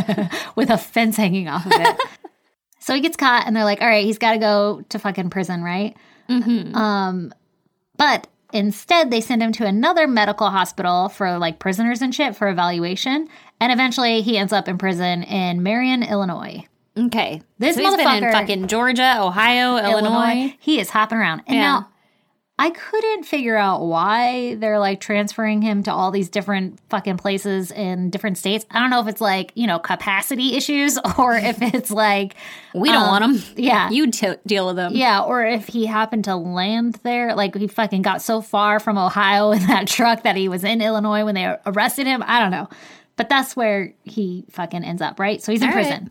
S1: with a fence hanging off of it. so he gets caught, and they're like, "All right, he's got to go to fucking prison, right?"
S2: Mm-hmm.
S1: Um, but instead, they send him to another medical hospital for like prisoners and shit for evaluation, and eventually, he ends up in prison in Marion, Illinois.
S2: Okay.
S1: This
S2: so he's been
S1: motherfucker-
S2: in fucking Georgia, Ohio, Illinois.
S1: He is hopping around, and
S2: Yeah.
S1: now. I couldn't figure out why they're like transferring him to all these different fucking places in different states. I don't know if it's like, you know, capacity issues or if it's like
S2: We don't want 'em. want them.
S1: yeah.
S2: You to deal with them.
S1: Yeah, or if he happened to land there, like he fucking got so far from Ohio in that truck that he was in Illinois when they arrested him. I don't know. But that's where he fucking ends up, right? So he's in
S2: All right.
S1: prison.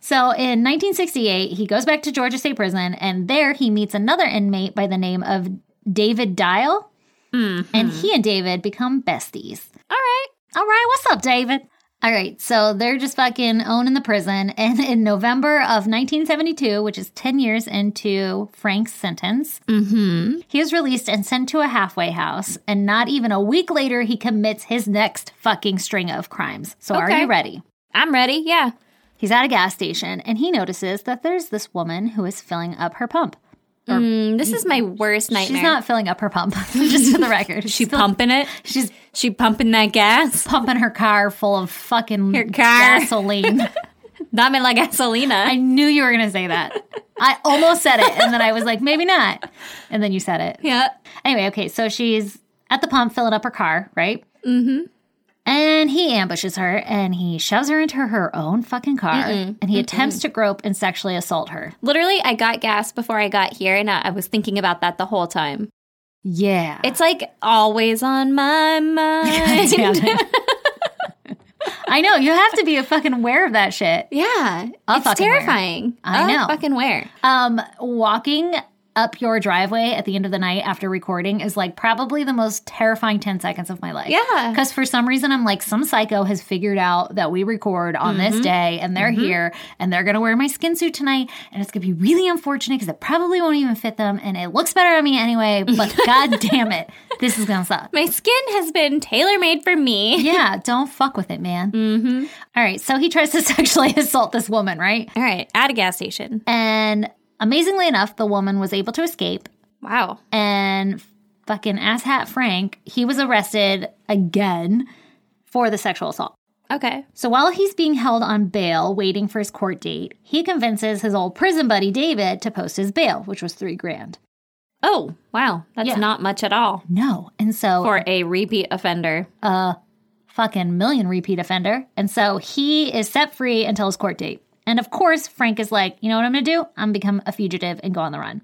S1: So in 1968, he goes back to Georgia State Prison, and there he meets another inmate by the name of David Dial.
S2: Mm-hmm.
S1: And he and David become besties.
S2: All right.
S1: All right, what's up, David? All right, so they're just fucking owning the prison. And in November of 1972, which is 10 years into Frank's sentence,
S2: Mm-hmm.
S1: he is released and sent to a halfway house. And not even a week later, he commits his next fucking string of crimes. So are
S2: Okay.
S1: you ready?
S2: I'm ready. Yeah.
S1: He's at a gas station and he notices that there's this woman who is filling up her pump.
S2: Mm, this is my worst nightmare.
S1: She's not filling up her pump, just for the record. She's,
S2: She pumping it.
S1: she's
S2: She pumping that gas.
S1: pumping her car full of fucking
S2: Her car.
S1: gasoline.
S2: Not me like gasolina.
S1: I knew you were going to say that. I almost said it, and then I was like, maybe not. And then you said it.
S2: yeah.
S1: Anyway, okay, so she's at the pump filling up her car, right? Mm hmm. And he ambushes her and he shoves her into her own fucking car and he attempts to grope and sexually assault her.
S2: Literally, I got gas before I got here, and I, I was thinking about that the whole time.
S1: Yeah.
S2: It's like always on my mind.
S1: Damn it. I know, you have to be a fucking aware of that shit.
S2: yeah.
S1: I'll
S2: it's
S1: fucking wear.
S2: terrifying.
S1: I
S2: I'll
S1: know.
S2: fucking wear.
S1: Um, walking up your driveway at the end of the night after recording is like probably the most terrifying 10 seconds of my life.
S2: Yeah.
S1: Because for some reason, I'm like, some psycho has figured out that we record on this day and they're here and they're going to wear my skin suit tonight. And it's going to be really unfortunate because it probably won't even fit them. And it looks better on me anyway. But god damn it, this is going to suck.
S2: My skin has been tailor made for me.
S1: Yeah, don't fuck with it, man. Mm-hmm. right, so he tries to sexually assault this woman, right?
S2: All right, at a gas station.
S1: And amazingly enough, the woman was able to escape.
S2: Wow.
S1: and fucking asshat Frank, he was arrested again for the sexual assault.
S2: Okay.
S1: So while he's being held on bail waiting for his court date, he convinces his old prison buddy David to post his bail, which was three grand.
S2: Oh, wow. That's
S1: Yeah.
S2: not much at all
S1: No. And so
S2: for a repeat offender.
S1: a fucking million repeat offender. And so he is set free until his court date. And of course, Frank is like, you know what I'm going to do? I'm going to become a fugitive and go on the run.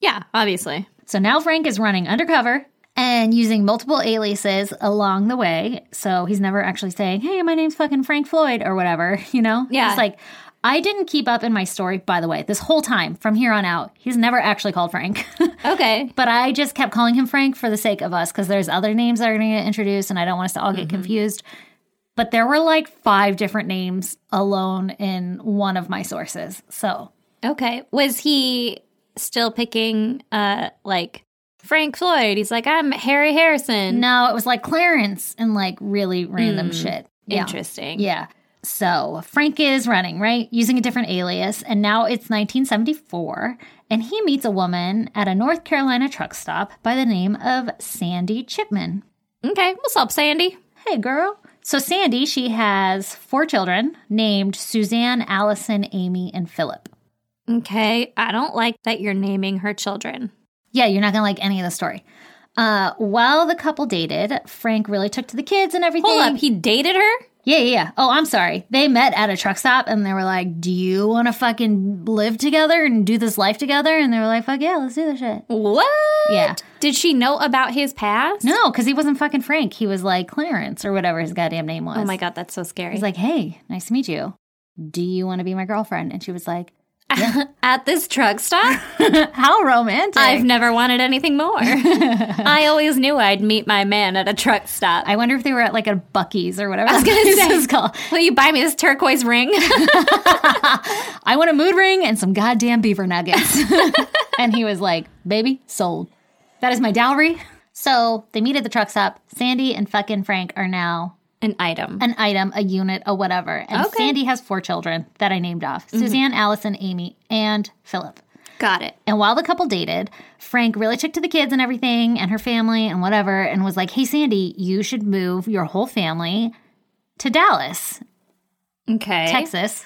S2: Yeah, obviously.
S1: So now Frank is running undercover and using multiple aliases along the way. So he's never actually saying, hey, my name's fucking Frank Floyd or whatever, you know?
S2: Yeah.
S1: It's like, I didn't keep up in my story, by the way, this whole time from here on out. He's never actually called Frank.
S2: Okay.
S1: But I just kept calling him Frank for the sake of us because there's other names that are going to get introduced and I don't want us to all get
S2: Mm-hmm.
S1: confused. But there were like five different names alone in one of my sources. So
S2: Okay. Was he still picking uh like Frank Floyd? He's like, I'm Harry Harrison.
S1: no, it was like Clarence and like really random shit. Yeah.
S2: Hmm. Interesting.
S1: Yeah. So Frank is running, right? Using a different alias. And now it's 1974. And he meets a woman at a North Carolina truck stop by the name of Sandy Chipman.
S2: Okay. What's up, Sandy?
S1: Hey, girl. So, Sandy, she has four children named Suzanne, Allison, Amy, and Philip.
S2: Okay. I don't like that you're naming her children.
S1: Yeah, you're not going to like any of the story. Uh, while the couple dated, Frank really took to the kids and everything.
S2: Hold up, he dated her?
S1: Yeah, yeah, yeah. Oh, I'm sorry. They met at a truck stop and they were like, Do you want to fucking live together and do this life together? And they were like, Fuck yeah, let's do this shit.
S2: What?
S1: Yeah.
S2: Did she know about his past?
S1: No, because he wasn't fucking Frank. He was like Clarence or whatever his goddamn name was.
S2: Oh my god, that's so scary.
S1: He's like, Hey, nice to meet you. Do you want to be my girlfriend? And she was like,
S2: At this truck stop,
S1: How romantic.
S2: I've never wanted anything more. I always knew I'd meet my man at a truck stop.
S1: I wonder if they were at like a Bucky's or whatever. I
S2: was gonna say.
S1: is called.
S2: Will you buy me this turquoise ring?
S1: I want a mood ring and some goddamn beaver nuggets. and he was like, baby, sold. That is my dowry. So they meet at the truck stop. Sandy and fucking Frank are now
S2: An item.
S1: an item, a unit, a whatever. And
S2: Okay. Mhm.
S1: Sandy has four children that I named off Suzanne, Allison, Amy, and Philip.
S2: Got it.
S1: And while the couple dated, Frank really took to the kids and everything and her family and whatever and was like, hey, Sandy, you should move your whole family to Dallas,
S2: Okay.
S1: Texas,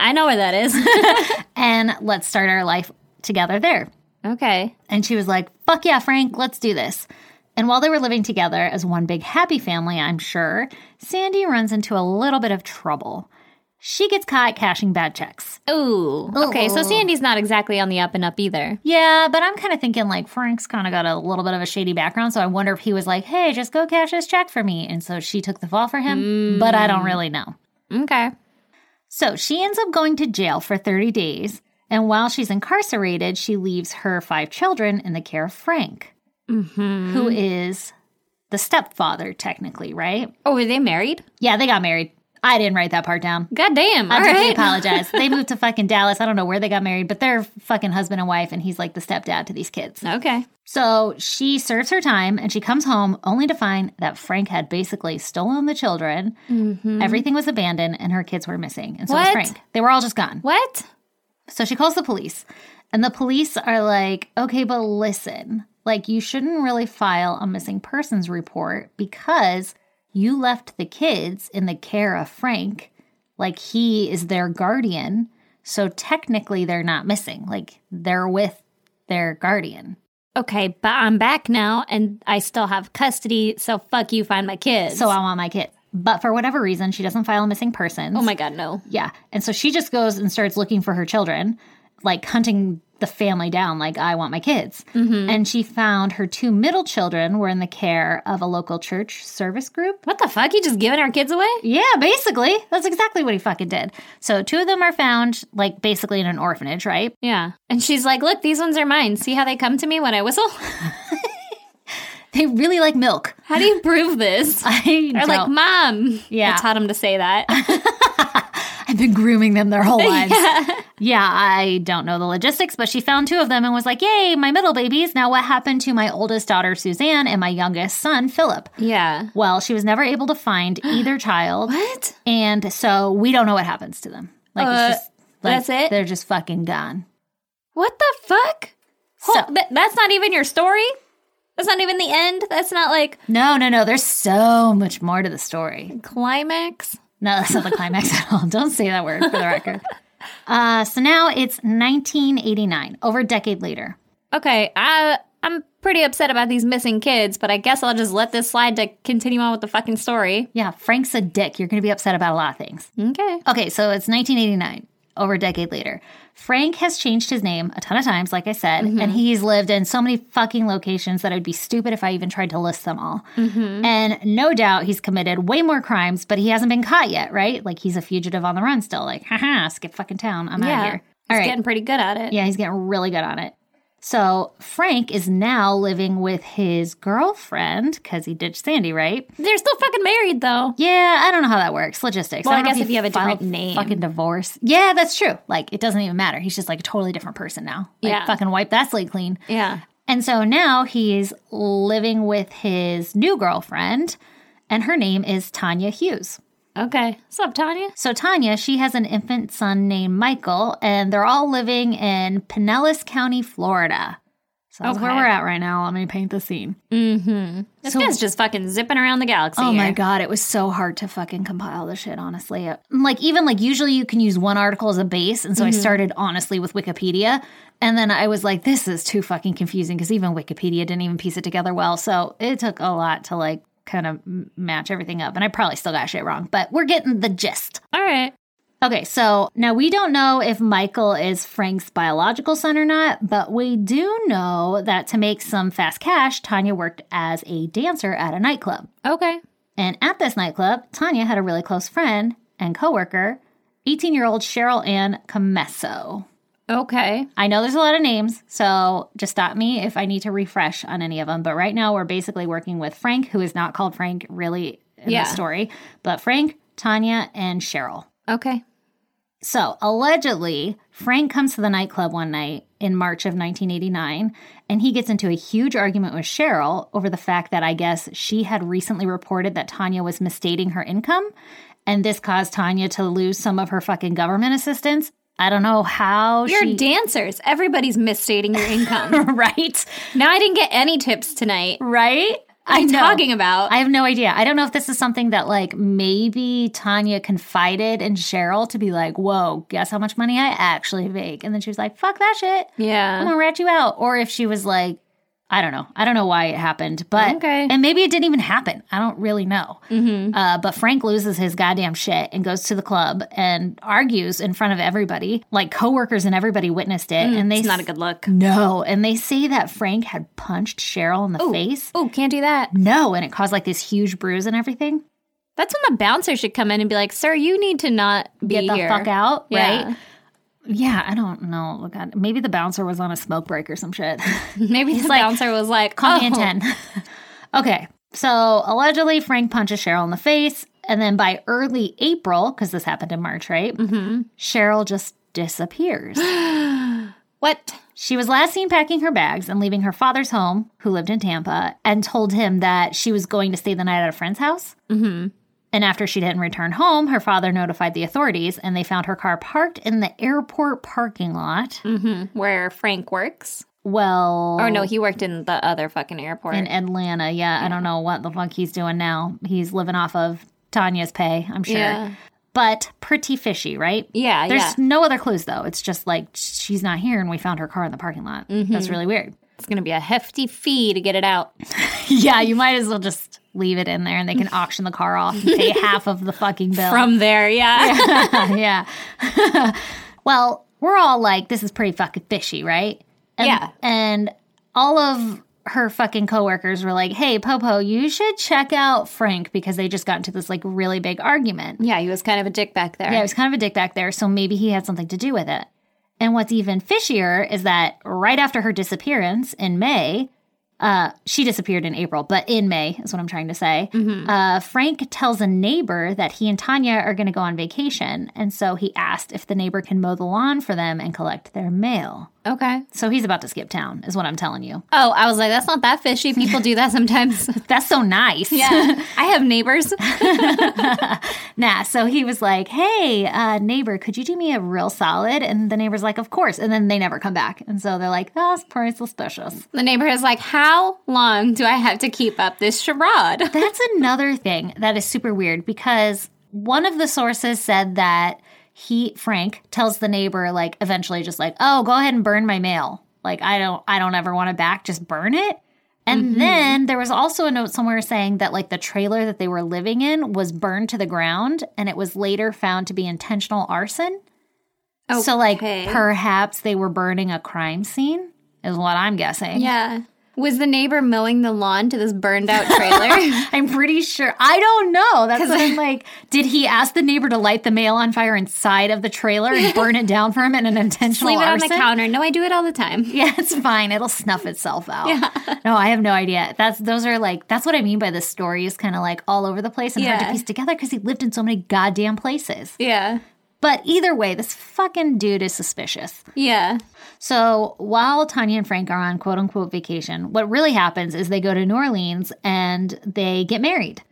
S2: I know where that is.
S1: and let's start our life together there.
S2: okay.
S1: And she was like, fuck yeah, Frank, let's do this. And while they were living together as one big happy family, I'm sure, Sandy runs into a little bit of trouble. She gets caught cashing bad checks.
S2: Ooh. Okay, so Sandy's not exactly on the up and up either.
S1: Yeah, but I'm kind of thinking like Frank's kind of got a little bit of a shady background, so I wonder if he was like, "Hey, just go cash this check for me," and so she took the fall for him. But I don't really know.
S2: Okay.
S1: So she ends up going to jail for 30 days, and while she's incarcerated, she leaves her five children in the care of Frank,
S2: Mm-hmm.
S1: who is the stepfather technically, right?
S2: Oh, were they married?
S1: Yeah, they got married. I didn't write that part down.
S2: God damn.
S1: I
S2: All
S1: definitely
S2: right.
S1: apologize. They moved to fucking Dallas. I don't know where they got married, but they're fucking husband and wife, and he's like the stepdad to these kids.
S2: Okay.
S1: So she serves her time and she comes home only to find that Frank had basically stolen the children. Everything was abandoned and her kids were missing. And so was
S2: Mm-hmm. What?
S1: Frank. They were all just gone.
S2: What?
S1: So she calls the police. And the police are like, okay, but listen, like you shouldn't really file a missing persons report because you left the kids in the care of Frank. Like he is their guardian. So technically they're not missing. Like they're with their guardian.
S2: Okay, but I'm back now and I still have custody, so fuck you, find my kids.
S1: So I want my kid. But for whatever reason, she doesn't file a missing persons.
S2: Oh my god, no.
S1: Yeah. And so she just goes and starts looking for her children, like hunting the family down, like, I want my kids. And she found her two middle children were in the care of a local church service group.
S2: What the fuck? You just giving our kids away?
S1: Yeah, basically. That's exactly what he fucking did. So two of them are found, like, basically in an orphanage, right?
S2: Yeah. And she's like, look, these ones are mine. See how they come to me when I whistle?
S1: They really like milk. "Mm,
S2: How do you prove this?
S1: I
S2: They're like,
S1: don't-
S2: Mom.
S1: Yeah.
S2: I taught him to say that.
S1: I've been grooming them their whole lives. Yeah, I don't know the logistics, but she found two of them and was like, Yay, my middle babies. Now, what happened to my oldest daughter, Suzanne, and my youngest son, Philip?
S2: yeah.
S1: Well, she was never able to find either child.
S2: What?
S1: And so we don't know what happens to them. Like,
S2: Uh,
S1: it's just, like,
S2: that's it?
S1: They're just fucking gone.
S2: What the fuck?
S1: So-
S2: Hol- th- that's not even your story? That's not even the end? That's not like
S1: No, no, no. There's so much more to the story.
S2: climax?
S1: No, that's not the climax at all. Don't say that word for the record. Uh, so now it's 1989, over a decade later.
S2: Okay, I I'm pretty upset about these missing kids, but I guess I'll just let this slide to continue on with the fucking story.
S1: Yeah, Frank's a dick. You're going to be upset about a lot of things.
S2: Okay.
S1: Okay, so it's 1989. over a decade later. Frank has changed his name a ton of times, like I said,
S2: Mm-hmm.
S1: and he's lived in so many fucking locations that I'd be stupid if I even tried to list them all.
S2: Mm-hmm.
S1: And no doubt he's committed way more crimes, but he hasn't been caught yet, right? Like he's a fugitive on the run still. Like, haha, skip fucking town. I'm out
S2: Yeah.
S1: of here.
S2: He's getting pretty good at it.
S1: Yeah, he's getting really good on it. So Frank is now living with his girlfriend because he ditched Sandy, right?
S2: They're still fucking married though.
S1: Yeah, I don't know how that works. Logistics.
S2: Well, I
S1: don't know
S2: guess if
S1: he
S2: you have a different
S1: filed
S2: name.
S1: fucking divorce. Yeah, that's true. Like it doesn't even matter. He's just like a totally different person now. Like,
S2: Yeah.
S1: fucking wipe that slate clean.
S2: Yeah.
S1: And so now he's living with his new girlfriend, and her name is Tanya Hughes.
S2: Okay. What's up, Tanya?
S1: So Tanya, she has an infant son named Michael, and they're all living in Pinellas County, Florida. So that's where
S2: Okay.
S1: we're at right now. Let me paint the scene.
S2: This guy's just fucking zipping around the galaxy.
S1: Oh my
S2: here.
S1: god, it was so hard to fucking compile the shit, honestly. Like even like usually you can use one article as a base, and so I started honestly with Wikipedia, and then I was like this is too fucking confusing because even Wikipedia didn't even piece it together well. So it took a lot to like kind of m- match everything up, and I probably still got shit wrong, but we're getting the gist.
S2: All right.
S1: Okay, so now we don't know if Michael is Frank's biological son or not, but we do know that to make some fast cash, Tanya worked as a dancer at a nightclub.
S2: Okay.
S1: And at this nightclub, Tanya had a really close friend and coworker, 18 year old Cheryl Ann Comesso.
S2: Okay.
S1: I know there's a lot of names, so just stop me if I need to refresh on any of them. But right now, we're basically working with Frank, who is not called Frank really in
S2: Yeah.
S1: the story, but Frank, Tanya, and Cheryl.
S2: Okay.
S1: So allegedly, Frank comes to the nightclub one night in March of 1989, and he gets into a huge argument with Cheryl over the fact that I guess she had recently reported that Tanya was misstating her income, and this caused Tanya to lose some of her fucking government assistance. I don't know how
S2: You're
S1: she
S2: dancers. Everybody's misstating your income.
S1: right,
S2: now I didn't get any tips tonight.
S1: right.
S2: I'm
S1: know.
S2: talking about.
S1: I have no idea. I don't know if this is something that like maybe Tanya confided in Cheryl to be like, "Whoa, guess how much money I actually make," and then she was like, "Fuck that shit." I'm
S2: yeah.
S1: gonna rat you out. Or if she was like, I don't know. I don't know why it happened, but
S2: Okay. Mm-hmm.
S1: and maybe it didn't even happen. I don't really know. Uh, but Frank loses his goddamn shit and goes to the club and argues in front of everybody, like coworkers and everybody witnessed it. and they
S2: Mm, It's not a good look.
S1: no, and they say that Frank had punched Cheryl in the face.
S2: Oh, can't do that.
S1: No, and it caused like this huge bruise and everything.
S2: That's when the bouncer should come in and be like, "Sir, you need to not be
S1: Get the
S2: here.
S1: fuck out,
S2: Yeah.
S1: right? Yeah, I don't know. Oh, God, maybe the bouncer was on a smoke break or some shit.
S2: Maybe the
S1: like,
S2: bouncer was like,
S1: Call
S2: "Oh,
S1: me in 10. okay. So allegedly, Frank punches Cheryl in the face. And then by early April, because this happened in March, right? Mm-hmm. Cheryl just disappears.
S2: What?
S1: she was last seen packing her bags and leaving her father's home, who lived in Tampa, and told him that she was going to stay the night at a friend's house. Mm-hmm. And after she didn't return home, her father notified the authorities and they found her car parked in the airport parking lot.
S2: Where Frank works?
S1: Well,
S2: Mm. Or no, he worked in the other fucking airport.
S1: in Atlanta. Yeah, I don't know what the fuck he's doing now. He's living off of Tanya's pay, I'm sure.
S2: Yeah.
S1: But pretty fishy, right?
S2: yeah,
S1: There's
S2: yeah.
S1: no other clues though. It's just like she's not here and we found her car in the parking lot.
S2: Mm-hmm.
S1: That's really weird.
S2: It's gonna be a hefty fee to get it out.
S1: Yeah, you might as well just leave it in there and they can auction the car off and pay half of the fucking bill.
S2: From there, yeah.
S1: yeah. well, we're all like, this is pretty fucking fishy, right? And,
S2: Yeah.
S1: And all of her fucking coworkers were like, hey, Popo, you should check out Frank because they just got into this like really big argument.
S2: yeah, he was kind of a dick back there.
S1: Yeah, he was kind of a dick back there, so maybe he had something to do with it. And what's even fishier is that right after her disappearance in May, uh, she disappeared in April, but in May is what I'm trying to say. Uh, Frank tells a neighbor that he and Tanya are going to go on vacation. And so he asked if the neighbor can mow the lawn for them and collect their mail.
S2: Okay.
S1: So he's about to skip town, is what I'm telling you.
S2: Oh, I was like, that's not that fishy. People do that sometimes.
S1: That's so nice.
S2: yeah. I have neighbors.
S1: Nah, so he was like, "Hey, uh, neighbor, could you do me a real solid?" And the neighbor's like, "Of course." And then they never come back, and so they're like, "That's pretty suspicious."
S2: The neighbor is like, How long do I have to keep up this charade?
S1: That's another thing that is super weird because one of the sources said that he Frank tells the neighbor like eventually just like, "Oh, go ahead and burn my mail. Like I don't I don't ever want it back. Just burn it." And then there was also a note somewhere saying that like the trailer that they were living in was burned to the ground and it was later found to be intentional arson. So like
S2: Okay.
S1: perhaps they were burning a crime scene is what I'm guessing.
S2: Yeah. Was the neighbor mowing the lawn to this burned out trailer?
S1: I'm pretty sure. I don't know. That's what I'm like. Did he ask the neighbor to light the mail on fire inside of the trailer and burn it down for him in an intentional
S2: Leave it on the
S1: arson?
S2: counter. No, I do it all the time.
S1: Yeah, it's fine. It'll snuff itself out. No, I have no idea. That's those are like that's what I mean by the story is kind of like all over the place and hard to
S2: Yeah.
S1: piece together because he lived in so many goddamn places.
S2: Yeah.
S1: But either way, this fucking dude is suspicious.
S2: Yeah.
S1: So while Tanya and Frank are on quote unquote vacation, what really happens is they go to New Orleans and they get married.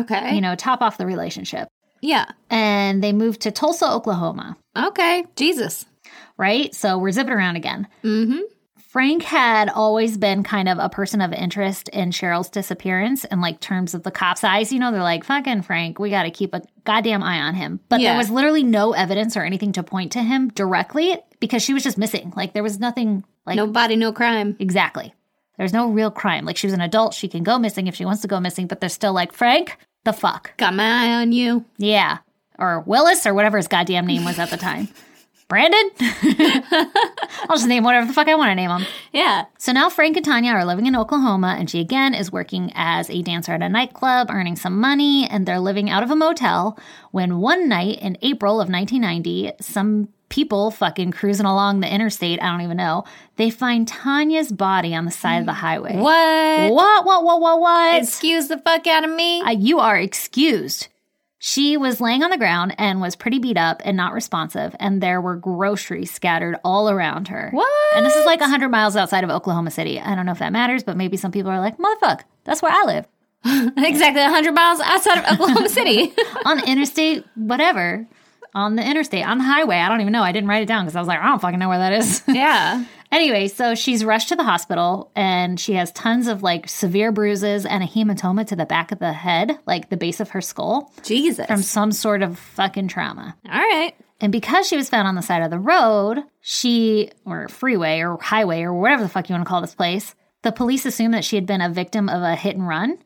S2: Okay.
S1: You know, top off the relationship.
S2: yeah.
S1: And they move to Tulsa, Oklahoma,
S2: Okay. Jesus.
S1: right? So we're zipping around again. Mm-hmm. Frank had always been kind of a person of interest in Cheryl's disappearance and like terms of the cops' eyes. You know, they're like, fucking Frank, we got to keep a goddamn eye on him. But there
S2: Yeah.
S1: was literally no evidence or anything to point to him directly because she was just missing. Like there was nothing like
S2: No body, no crime.
S1: Exactly. There's no real crime. Like she was an adult, she can go missing if she wants to go missing, but they're still like, Frank, the fuck.
S2: Got my eye on you.
S1: Yeah. Or Willis or whatever his goddamn name was at the time. Brandon? I'll just name whatever the fuck I want to name him.
S2: Yeah.
S1: So now Frank and Tanya are living in Oklahoma, and she again is working as a dancer at a nightclub, earning some money, and they're living out of a motel. When one night in April of 1990, some people fucking cruising along the interstate, I don't even know, they find Tanya's body on the side of the highway.
S2: What?
S1: What? What? What? What? What?
S2: Excuse the fuck out of me.
S1: Uh, you are excused. She was laying on the ground and was pretty beat up and not responsive, and there were groceries scattered all around her.
S2: What?
S1: And this is like 100 miles outside of Oklahoma City. I don't know if that matters, but maybe some people are like, motherfuck, that's where I live.
S2: exactly 100 miles outside of Oklahoma City.
S1: On the interstate, whatever. On the interstate, on the highway. I don't even know. I didn't write it down because I was like, I don't fucking know where that is.
S2: yeah.
S1: Anyway, so she's rushed to the hospital and she has tons of like severe bruises and a hematoma to the back of the head, like the base of her skull,
S2: Jesus.
S1: from some sort of fucking trauma.
S2: all right.
S1: And because she was found on the side of the road, she, or freeway or highway or whatever the fuck you want to call this place, the police assumed that she had been a victim of a hit and run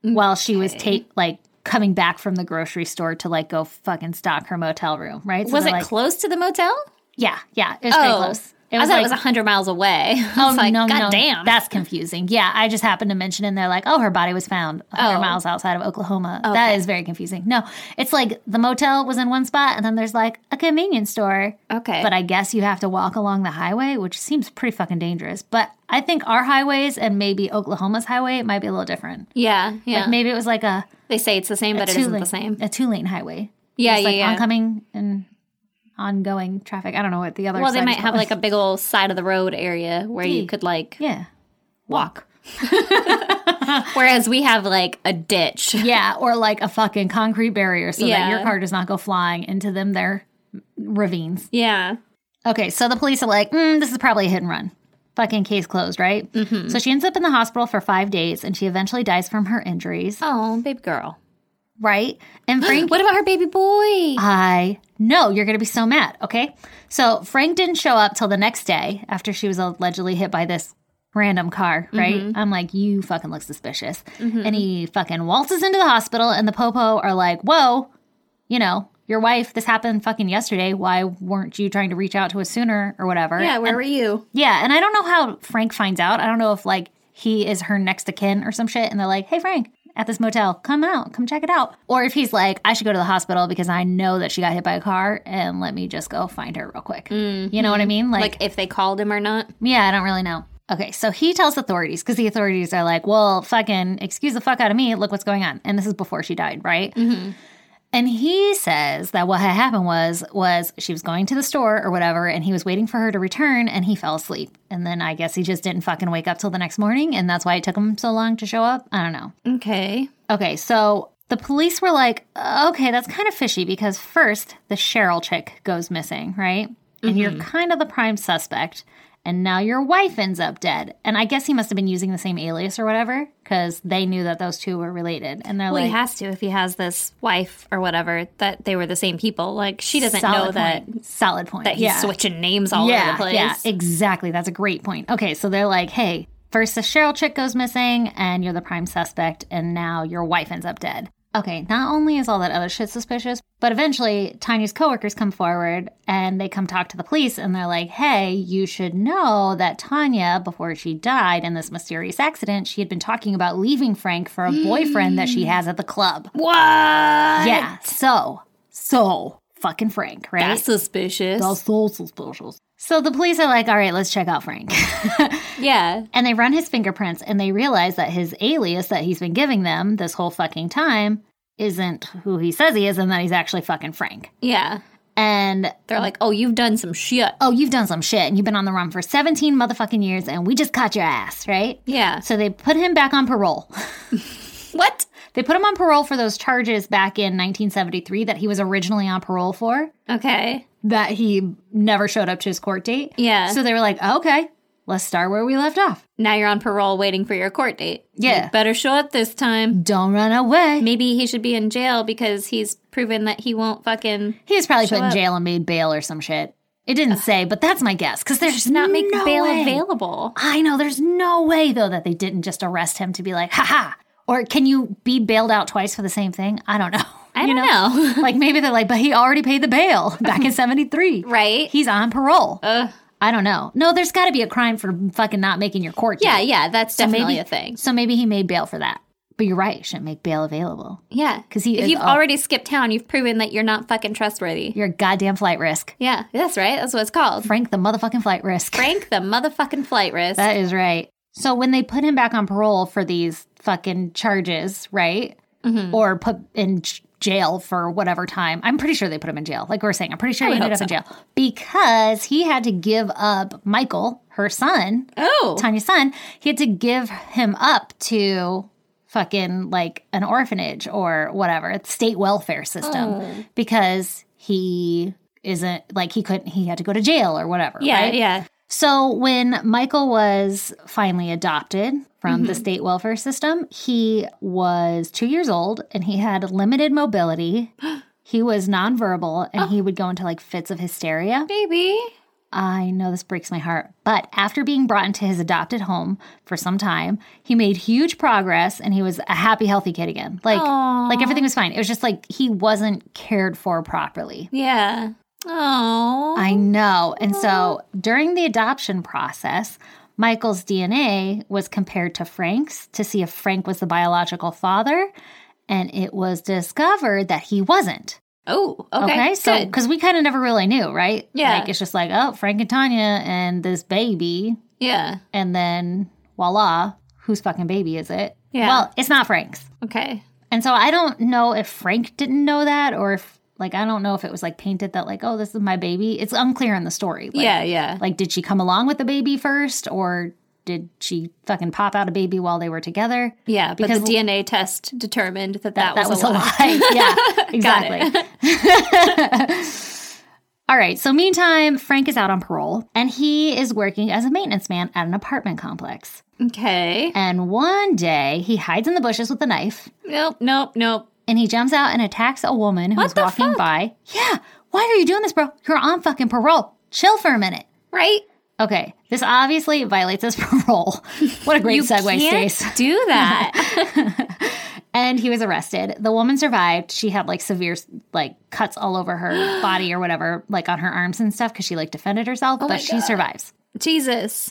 S1: while she was take, like coming back from the grocery store to like go fucking stock her motel room, right? So
S2: Was
S1: they're
S2: it
S1: like,
S2: close to the motel? Oh.
S1: Yeah, yeah. It was pretty close. It
S2: I
S1: was
S2: thought
S1: like,
S2: it was 100 miles away. I
S1: Oh
S2: was like,
S1: no,
S2: God
S1: no,
S2: damn.
S1: that's confusing. Yeah, I just happened to mention, and they're like, "Oh, her body was found 100
S2: Oh.
S1: miles outside of Oklahoma." That is very confusing. No, it's like the motel was in one spot, and then there's like a convenience store.
S2: okay.
S1: But I guess you have to walk along the highway, which seems pretty fucking dangerous. But I think our highways and maybe Oklahoma's highway might be a little different.
S2: yeah. Yeah.
S1: Maybe it was like a
S2: they say it's the same, but it
S1: two
S2: isn't
S1: lane,
S2: the same.
S1: a two lane highway.
S2: Yeah.
S1: It's
S2: Yeah.
S1: like
S2: yeah.
S1: oncoming and ongoing traffic. I don't know what the other.
S2: Well, they
S1: side
S2: might
S1: is
S2: have
S1: called.
S2: like a big old side of the road area where you could like
S1: yeah walk.
S2: Whereas we have like a ditch.
S1: Yeah, or like a fucking concrete barrier so that
S2: Yeah.
S1: your car does not go flying into them their ravines.
S2: Yeah.
S1: Okay, so the police are like, mm, this is probably a hit and run. Fucking case closed, right? Mm-hmm. So she ends up in the hospital for five days, and she eventually dies from her injuries,
S2: Oh, baby girl.
S1: right? And Frank,
S2: What about her baby boy?
S1: I know you're gonna be so mad. Okay, so Frank didn't show up till the next day after she was allegedly hit by this random car, right? I'm like, you fucking look suspicious, and he fucking waltzes into the hospital, and the popo are like, whoa, you know. Your wife, this happened fucking yesterday. Why weren't you trying to reach out to us sooner or whatever?
S2: yeah, where were you?
S1: Yeah, and I don't know how Frank finds out. I don't know if like he is her next of kin or some shit, and they're like, "Hey, Frank, at this motel, come out, come check it out," or if he's like, "I should go to the hospital because I know that she got hit by a car, and let me just go find her real quick." You know what I mean? Like,
S2: Like if they called him or not?
S1: yeah, I don't really know. Okay, so he tells authorities because the authorities are like, "Well, fucking excuse the fuck out of me. Look what's going on." And this is before she died, right? And he says that what had happened was was she was going to the store or whatever, and he was waiting for her to return, and he fell asleep. And then I guess he just didn't fucking wake up till the next morning, and that's why it took him so long to show up. I don't know.
S2: Okay.
S1: Okay, so the police were like, okay, that's kind of fishy because first the Cheryl chick goes missing, right? And you're
S2: Mm-hmm.
S1: kind of the prime suspect. And now your wife ends up dead. And I guess he must have been using the same alias or whatever because they knew that those two were related. And they're
S2: Well, he
S1: like,
S2: has to if he has this wife or whatever that they were the same people. Like she doesn't
S1: solid
S2: know that
S1: point. Solid point.
S2: that he's switching names all over the place.
S1: Yeah, exactly. That's a great point. Okay, so they're like, hey, first the Cheryl chick goes missing, and you're the prime suspect, and now your wife ends up dead. Okay, not only is all that other shit suspicious, but eventually Tanya's coworkers come forward and they come talk to the police and they're like, hey, you should know that Tanya, before she died in this mysterious accident, she had been talking about leaving Frank for a boyfriend that she has at the club.
S2: Hmm. What? Yeah.
S1: Yeah, so, so fucking Frank, right?
S2: That's suspicious.
S1: so suspicious. So the police are like, all right, let's check out Frank.
S2: yeah.
S1: And they run his fingerprints and they realize that his alias that he's been giving them this whole fucking time isn't who he says he is and that he's actually fucking Frank.
S2: Yeah.
S1: And
S2: They're like, oh, you've done some shit.
S1: oh, you've done some shit and you've been on the run for 17 motherfucking years and we just caught your ass, right?
S2: Yeah.
S1: So they put him back on parole.
S2: What?
S1: they put him on parole for those charges back in 1973 that he was originally on parole for,
S2: Okay.
S1: that he never showed up to his court date.
S2: Yeah.
S1: So they were like, oh, okay, let's start where we left off.
S2: Now you're on parole waiting for your court date.
S1: Yeah.
S2: You better show up this time.
S1: Don't run away.
S2: Maybe he should be in jail because he's proven that he won't fucking.
S1: He was probably put in
S2: up.
S1: jail and made bail or some shit. It didn't say, but that's my guess because there's
S2: Just not make
S1: no
S2: bail
S1: way.
S2: available.
S1: I know there's no way though that they didn't just arrest him to be like, ha ha. Or can you be bailed out twice for the same thing? I don't know.
S2: I don't know.
S1: like maybe they're like, but he already paid the bail back in '73,
S2: Right.
S1: He's on parole. I don't know. No, there's got to be a crime for fucking not making your court. date.
S2: yeah, yeah, that's definitely
S1: maybe
S2: a thing.
S1: So maybe he made bail for that. But you're right. Shouldn't make bail available.
S2: Yeah,
S1: 'Cause he
S2: if
S1: is
S2: you've
S1: all-
S2: already skipped town, you've proven that you're not fucking trustworthy.
S1: You're a goddamn flight risk,
S2: Yeah, that's right. That's what it's called.
S1: Frank. The motherfucking flight risk.
S2: Frank the motherfucking flight risk.
S1: That is right. So when they put him back on parole for these fucking charges, right?
S2: Mm-hmm.
S1: Or put in j- jail for whatever time, I'm pretty sure they put him in jail. Like we were saying, I'm pretty sure he
S2: would
S1: ended up
S2: hope
S1: in jail because he had to give up Michael, her son,
S2: oh,
S1: Tanya's son. He had to give him up to fucking like an orphanage or whatever, the state welfare system,
S2: Oh.
S1: because he isn't like he couldn't. He had to go to jail or whatever.
S2: yeah,
S1: right?
S2: yeah.
S1: So when Michael was finally adopted from
S2: Mm-hmm.
S1: the state welfare system, he was two years old and he had limited mobility. He was nonverbal
S2: Oh.
S1: and he would go into like fits of hysteria.
S2: Baby,
S1: I know this breaks my heart, but after being brought into his adopted home for some time, he made huge progress and he was a happy, healthy kid again. Like, like everything was fine. It was just like he wasn't cared for properly.
S2: yeah. Oh,
S1: I know. And so
S2: Mm-hmm.
S1: during the adoption process, Michael's DNA was compared to Frank's to see if Frank was the biological father. And it was discovered that he wasn't.
S2: oh, okay.
S1: Okay. so,
S2: Good.
S1: because we kind of never really knew, right?
S2: Yeah.
S1: Like, it's just like, oh, Frank and Tanya and this baby.
S2: yeah,
S1: And then voila, whose fucking baby is it?
S2: Yeah.
S1: Well, it's not Frank's.
S2: okay.
S1: And so I don't know if Frank didn't know that or if, like, I don't know if it was like painted that, like, oh, this is my baby. It's unclear in the story. Like,
S2: yeah, yeah.
S1: like, did she come along with the baby first, or did she fucking pop out a baby while they were together?
S2: yeah, but
S1: because-
S2: the DNA test determined that that,
S1: That
S2: was, a lie.
S1: yeah, exactly. All right. So, meantime, Frank is out on parole, and he is working as a maintenance man at an apartment complex.
S2: Okay.
S1: And one day, he hides in the bushes with a knife,
S2: Nope, nope, nope.
S1: and he jumps out and attacks a woman who's
S2: the
S1: walking
S2: fuck?
S1: by. Yeah. Why are you doing this, bro? You're on fucking parole. Chill for a minute.
S2: Right?
S1: Okay, this obviously violates his parole. What a great segue,
S2: Can't
S1: Stace.
S2: do that.
S1: And he was arrested. The woman survived. She had like severe like cuts all over her body or whatever, like on her arms and stuff, because she like defended
S2: Oh
S1: herself. but she survives.
S2: Jesus.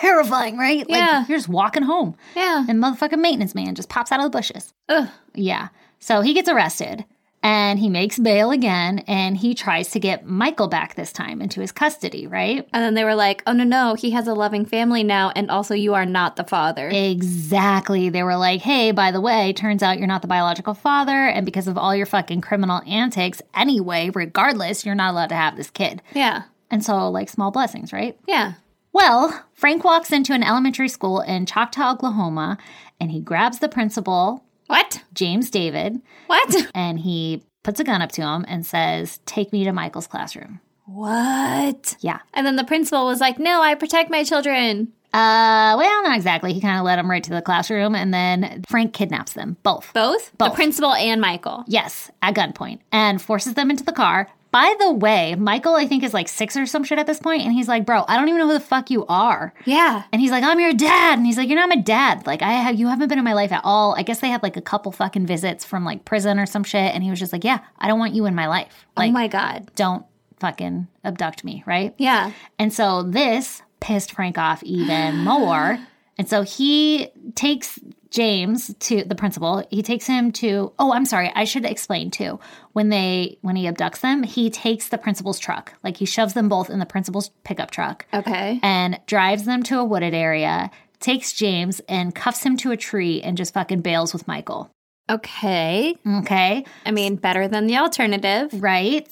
S1: Terrifying, right?
S2: Yeah.
S1: Like you're just walking home,
S2: Yeah.
S1: and motherfucking maintenance man just pops out of the bushes.
S2: Ugh.
S1: Yeah. So he gets arrested and he makes bail again, and he tries to get Michael back this time into his custody, right?
S2: And then they were like, oh, no, no, he has a loving family now. And also, you are not the father.
S1: Exactly. They were like, hey, by the way, turns out you're not the biological father. And because of all your fucking criminal antics, anyway, regardless, you're not allowed to have this kid.
S2: yeah.
S1: And so, like, small blessings, right?
S2: Yeah.
S1: Well, Frank walks into an elementary school in Choctaw, Oklahoma, and he grabs the principal,
S2: What?
S1: James David,
S2: What?
S1: and he puts a gun up to him and says, take me to Michael's classroom.
S2: What?
S1: Yeah.
S2: And then the principal was like, no, I protect my children.
S1: Uh, well, not exactly. He kind of led him right to the classroom, and then Frank kidnaps them both.
S2: Both? The
S1: Both.
S2: principal and Michael.
S1: Yes, at gunpoint, and forces them into the car, By the way, Michael, I think, is like six or some shit at this point, and he's like, "Bro, I don't even know who the fuck you are."
S2: Yeah. Oh
S1: And he's like, "I'm your dad," and he's like, "You're not my dad. Like, I have you haven't been in my life at all." I guess they had like a couple fucking visits from like prison or some shit, and he was just like, "Yeah, I don't want you in my life. Like,
S2: oh my god.
S1: don't fucking abduct me, right?"
S2: Yeah.
S1: And so this pissed Frank off even more. And so he takes James to the principal. He takes him to Oh, I'm sorry. I should explain too. When they when he abducts them, he takes the principal's truck. Like he shoves them both in the principal's pickup truck
S2: Okay.
S1: and drives them to a wooded area. Takes James and cuffs him to a tree and just fucking bails with Michael.
S2: Okay.
S1: Okay.
S2: I mean, better than the alternative.
S1: Right.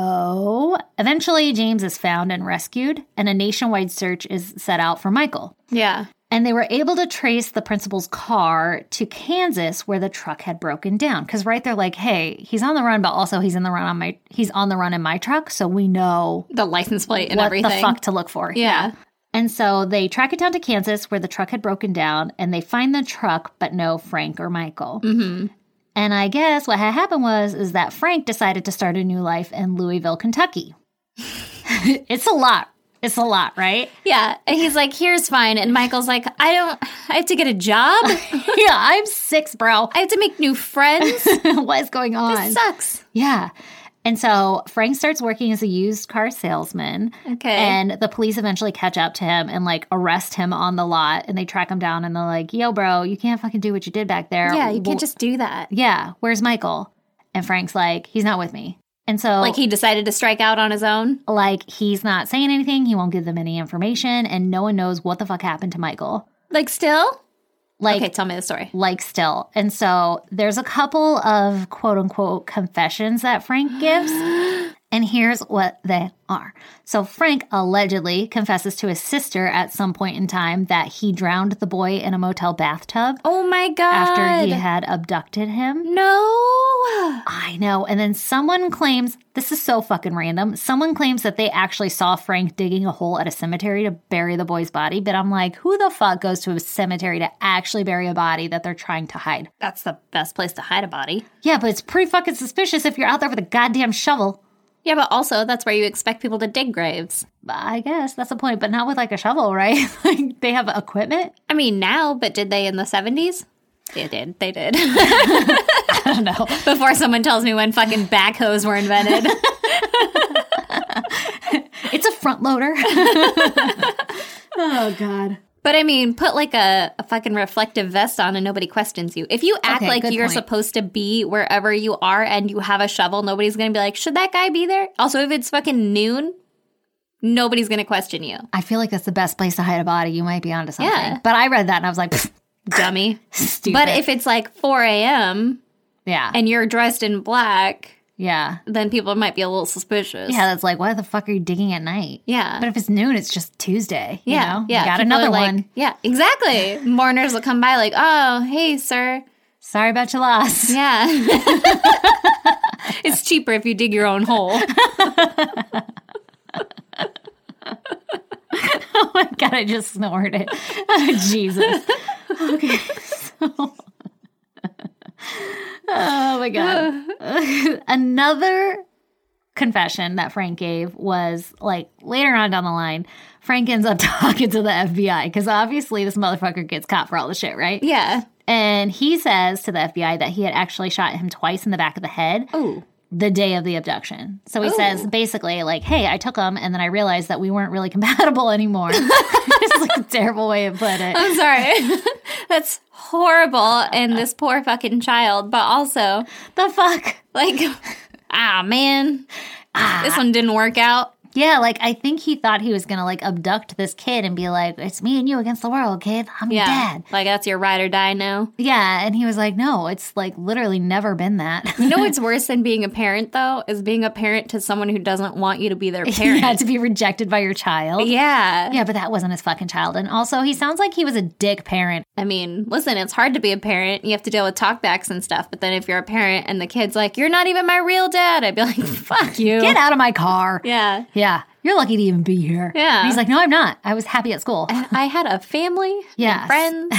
S1: So eventually, James is found and rescued, and a nationwide search is set out for Michael.
S2: Yeah.
S1: And they were able to trace the principal's car to Kansas where the truck had broken down. Cause right they're like, hey, he's on the run, but also he's in the run on my he's on the run in my truck, so we know
S2: The license plate and
S1: what
S2: everything.
S1: the fuck to look for.
S2: Yeah.
S1: And so they track it down to Kansas where the truck had broken down and they find the truck, but no Frank or Michael. Mm-hmm. And I guess what had happened was is that Frank decided to start a new life in Louisville, Kentucky. it's a lot. It's a lot, right?
S2: Yeah. And he's like, here's fine. And Michael's like, I don't, I have to get a job. I
S1: yeah, I'm six, bro.
S2: have to make new friends.
S1: what is going on?
S2: Sucks.
S1: Yeah. And so Frank starts working as a used car salesman.
S2: Okay.
S1: And the police eventually catch up to him and like arrest him on the lot and they track him down and they're like, yo, bro, you can't fucking do what you did back there.
S2: yeah. You
S1: Well,
S2: can't just do that.
S1: Yeah. Where's Michael? And Frank's like, he's not with me. And so
S2: Like he decided to strike out on his own.
S1: like he's not saying anything. He won't give them any information and no one knows what the fuck happened to Michael.
S2: Like still?
S1: Like
S2: okay. Tell me the story.
S1: like still. And so there's a couple of quote unquote confessions that Frank gives. And here's what they are. So Frank allegedly confesses to his sister at some point in time that he drowned the boy in a motel bathtub
S2: Oh my God.
S1: after he had abducted him.
S2: No.
S1: I know. And then someone claims this is so fucking random. Someone claims that they actually saw Frank digging a hole at a cemetery to bury the boy's body. But I'm like, who the fuck goes to a cemetery to actually bury a body that they're trying to hide?
S2: That's the best place to hide a body.
S1: Yeah, but it's pretty fucking suspicious if you're out there with a goddamn shovel.
S2: Yeah, but also that's where you expect people to dig graves.
S1: But I guess that's the point, but not with like a shovel, right? like they have equipment.
S2: I mean, now, but did they in the 70s? They did. They did.
S1: I don't know.
S2: Before someone tells me when fucking backhoes were invented.
S1: It's a front loader. oh god.
S2: But I mean, put like a, a fucking reflective vest on and nobody questions you. If you act
S1: Okay,
S2: like
S1: good
S2: you're
S1: point.
S2: supposed to be wherever you are and you have a shovel, nobody's gonna be like, should that guy be there? Also, if it's fucking noon, nobody's gonna question you.
S1: I feel like that's the best place to hide a body. You might be onto something.
S2: Yeah.
S1: But I read that and I was like, "Pfft,
S2: Dummy.
S1: stupid.
S2: But if it's like 4 a.m.
S1: yeah,
S2: and you're dressed in black,
S1: yeah,
S2: then people might be a little suspicious.
S1: yeah, that's like, why the fuck are you digging at night?
S2: Yeah.
S1: But if it's noon, it's just Tuesday. you
S2: yeah.
S1: know?
S2: yeah.
S1: Got
S2: People are
S1: another
S2: like-
S1: one.
S2: Yeah, exactly. Mourners will come by like, oh, hey, sir.
S1: Sorry about your loss.
S2: Yeah. it's cheaper if you dig your own hole.
S1: oh my god, I just snorted. Oh, Jesus. Okay. so- oh my god. Another confession that Frank gave was like later on down the line, Frank ends up talking to the FBI because obviously this motherfucker gets caught for all the shit, right?
S2: Yeah.
S1: And he says to the FBI that he had actually shot him twice in the back of the head
S2: Oh.
S1: the day of the abduction. So he
S2: Oh.
S1: says basically like, "Hey, I took him, and then I realized that we weren't really compatible anymore." it's like a terrible way to put it.
S2: I'm sorry. That's horrible and this poor fucking child, but also
S1: The fuck.
S2: like ah man. This one didn't work out.
S1: Yeah, like I think he thought he was gonna like abduct this kid and be like, "It's me and you against the world, kid. I'm your
S2: Yeah.
S1: dad."
S2: Like that's your ride or die now.
S1: Yeah, and he was like, "No, it's like literally never been that."
S2: You know what's worse than being a parent though is being a parent to someone who doesn't want you to be their
S1: he had
S2: parent.
S1: to be rejected by your child.
S2: yeah.
S1: Yeah, but that wasn't his fucking child. And also, he sounds like he was a dick parent.
S2: I mean, listen, it's hard to be a parent. You have to deal with talkbacks and stuff. But then if you're a parent and the kid's like, "You're not even my real dad," I'd be like, "Fuck you."
S1: Get out of my car.
S2: Yeah.
S1: Yeah. You're lucky to even be here.
S2: Yeah.
S1: And he's like, no, I'm not. I was happy at school.
S2: I had a family, and
S1: Yes.
S2: friends.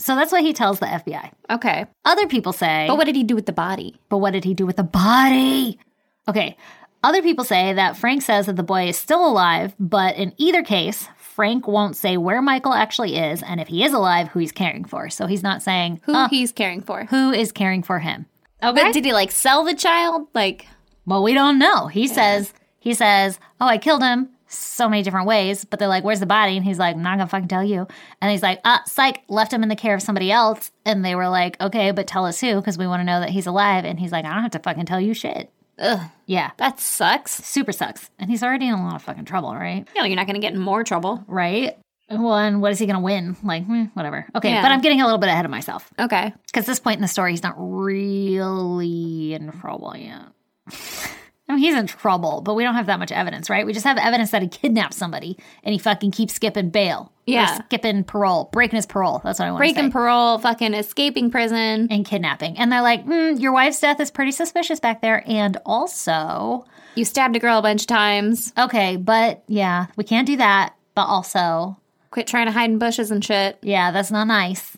S1: so that's what he tells the FBI.
S2: Okay.
S1: Other people say,
S2: But what did he do with the body?
S1: but what did he do with the body? Okay. Other people say that Frank says that the boy is still alive, but in either case, Frank won't say where Michael actually is and if he is alive, who he's caring for. So he's not saying
S2: Who
S1: "Huh,
S2: he's caring for.
S1: who is caring for him.
S2: But did he like sell the child? Like,
S1: Well, we don't know. He says he says, "Oh, I killed him." So many different ways, but they're like, "Where's the body?" And he's like, "I'm not gonna fucking tell you." And he's like, "Uh, psych, left him in the care of somebody else." And they were like, "Okay, but tell us who, because we want to know that he's alive." And he's like, "I don't have to fucking tell you shit."
S2: ugh,
S1: Yeah,
S2: that sucks.
S1: super sucks. And he's already in a lot of fucking trouble, right?
S2: No, you're not going to get in more trouble.
S1: Right. Well, and what is he gonna win? Like, hmm, whatever. Okay,
S2: Yeah.
S1: but I'm getting a little bit ahead of myself
S2: Okay.
S1: because this point in the story, he's not really in trouble yet. I mean, he's in trouble, but we don't have that much evidence, right? We just have evidence that he kidnapped somebody and he fucking keeps skipping bail. Or
S2: Yeah.
S1: skipping parole, breaking his parole. That's what I want to say.
S2: Breaking parole, fucking escaping prison.
S1: and kidnapping. And they're like, mm, your wife's death is pretty suspicious back there. And also,
S2: You stabbed a girl a bunch of times.
S1: okay, but yeah, we can't do that. But also,
S2: Quit trying to hide in bushes and shit.
S1: Yeah, that's not nice.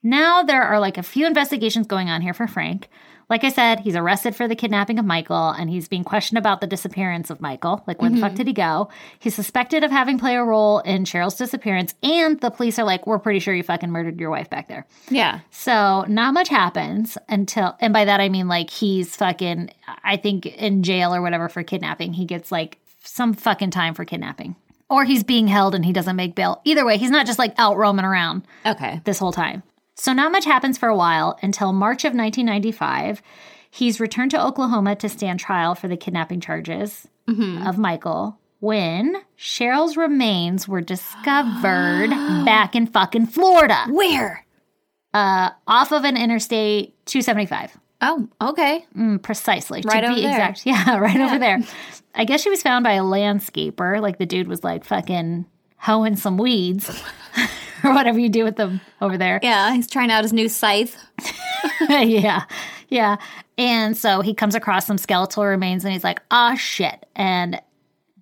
S1: Now there are like a few investigations going on here for Frank. Like I said, he's arrested for the kidnapping of Michael and he's being questioned about the disappearance of Michael. Like, where the fuck did he go? He's suspected of having played a role in Cheryl's disappearance, and the police are like, we're pretty sure you fucking murdered your wife back there.
S2: Yeah.
S1: So, not much happens until, and by that I mean like he's fucking, I think, in jail or whatever for kidnapping. He gets like some fucking time for kidnapping. Or he's being held and he doesn't make bail. Either way, he's not just like out roaming around
S2: Okay.
S1: this whole time. So, not much happens for a while until March of 1995. He's returned to Oklahoma to stand trial for the kidnapping charges of Michael when Cheryl's remains were discovered back in fucking Florida
S2: Where?
S1: uh, off of an interstate 275.
S2: Oh, okay.
S1: Mm, precisely.
S2: Right
S1: to
S2: over
S1: be
S2: there.
S1: exact. Yeah, right over there. I guess she was found by a landscaper. Like the dude was like fucking hoeing some weeds or whatever you do with them over there.
S2: Yeah, he's trying out his new scythe.
S1: yeah. Yeah. And so he comes across some skeletal remains and he's like, ah, shit. And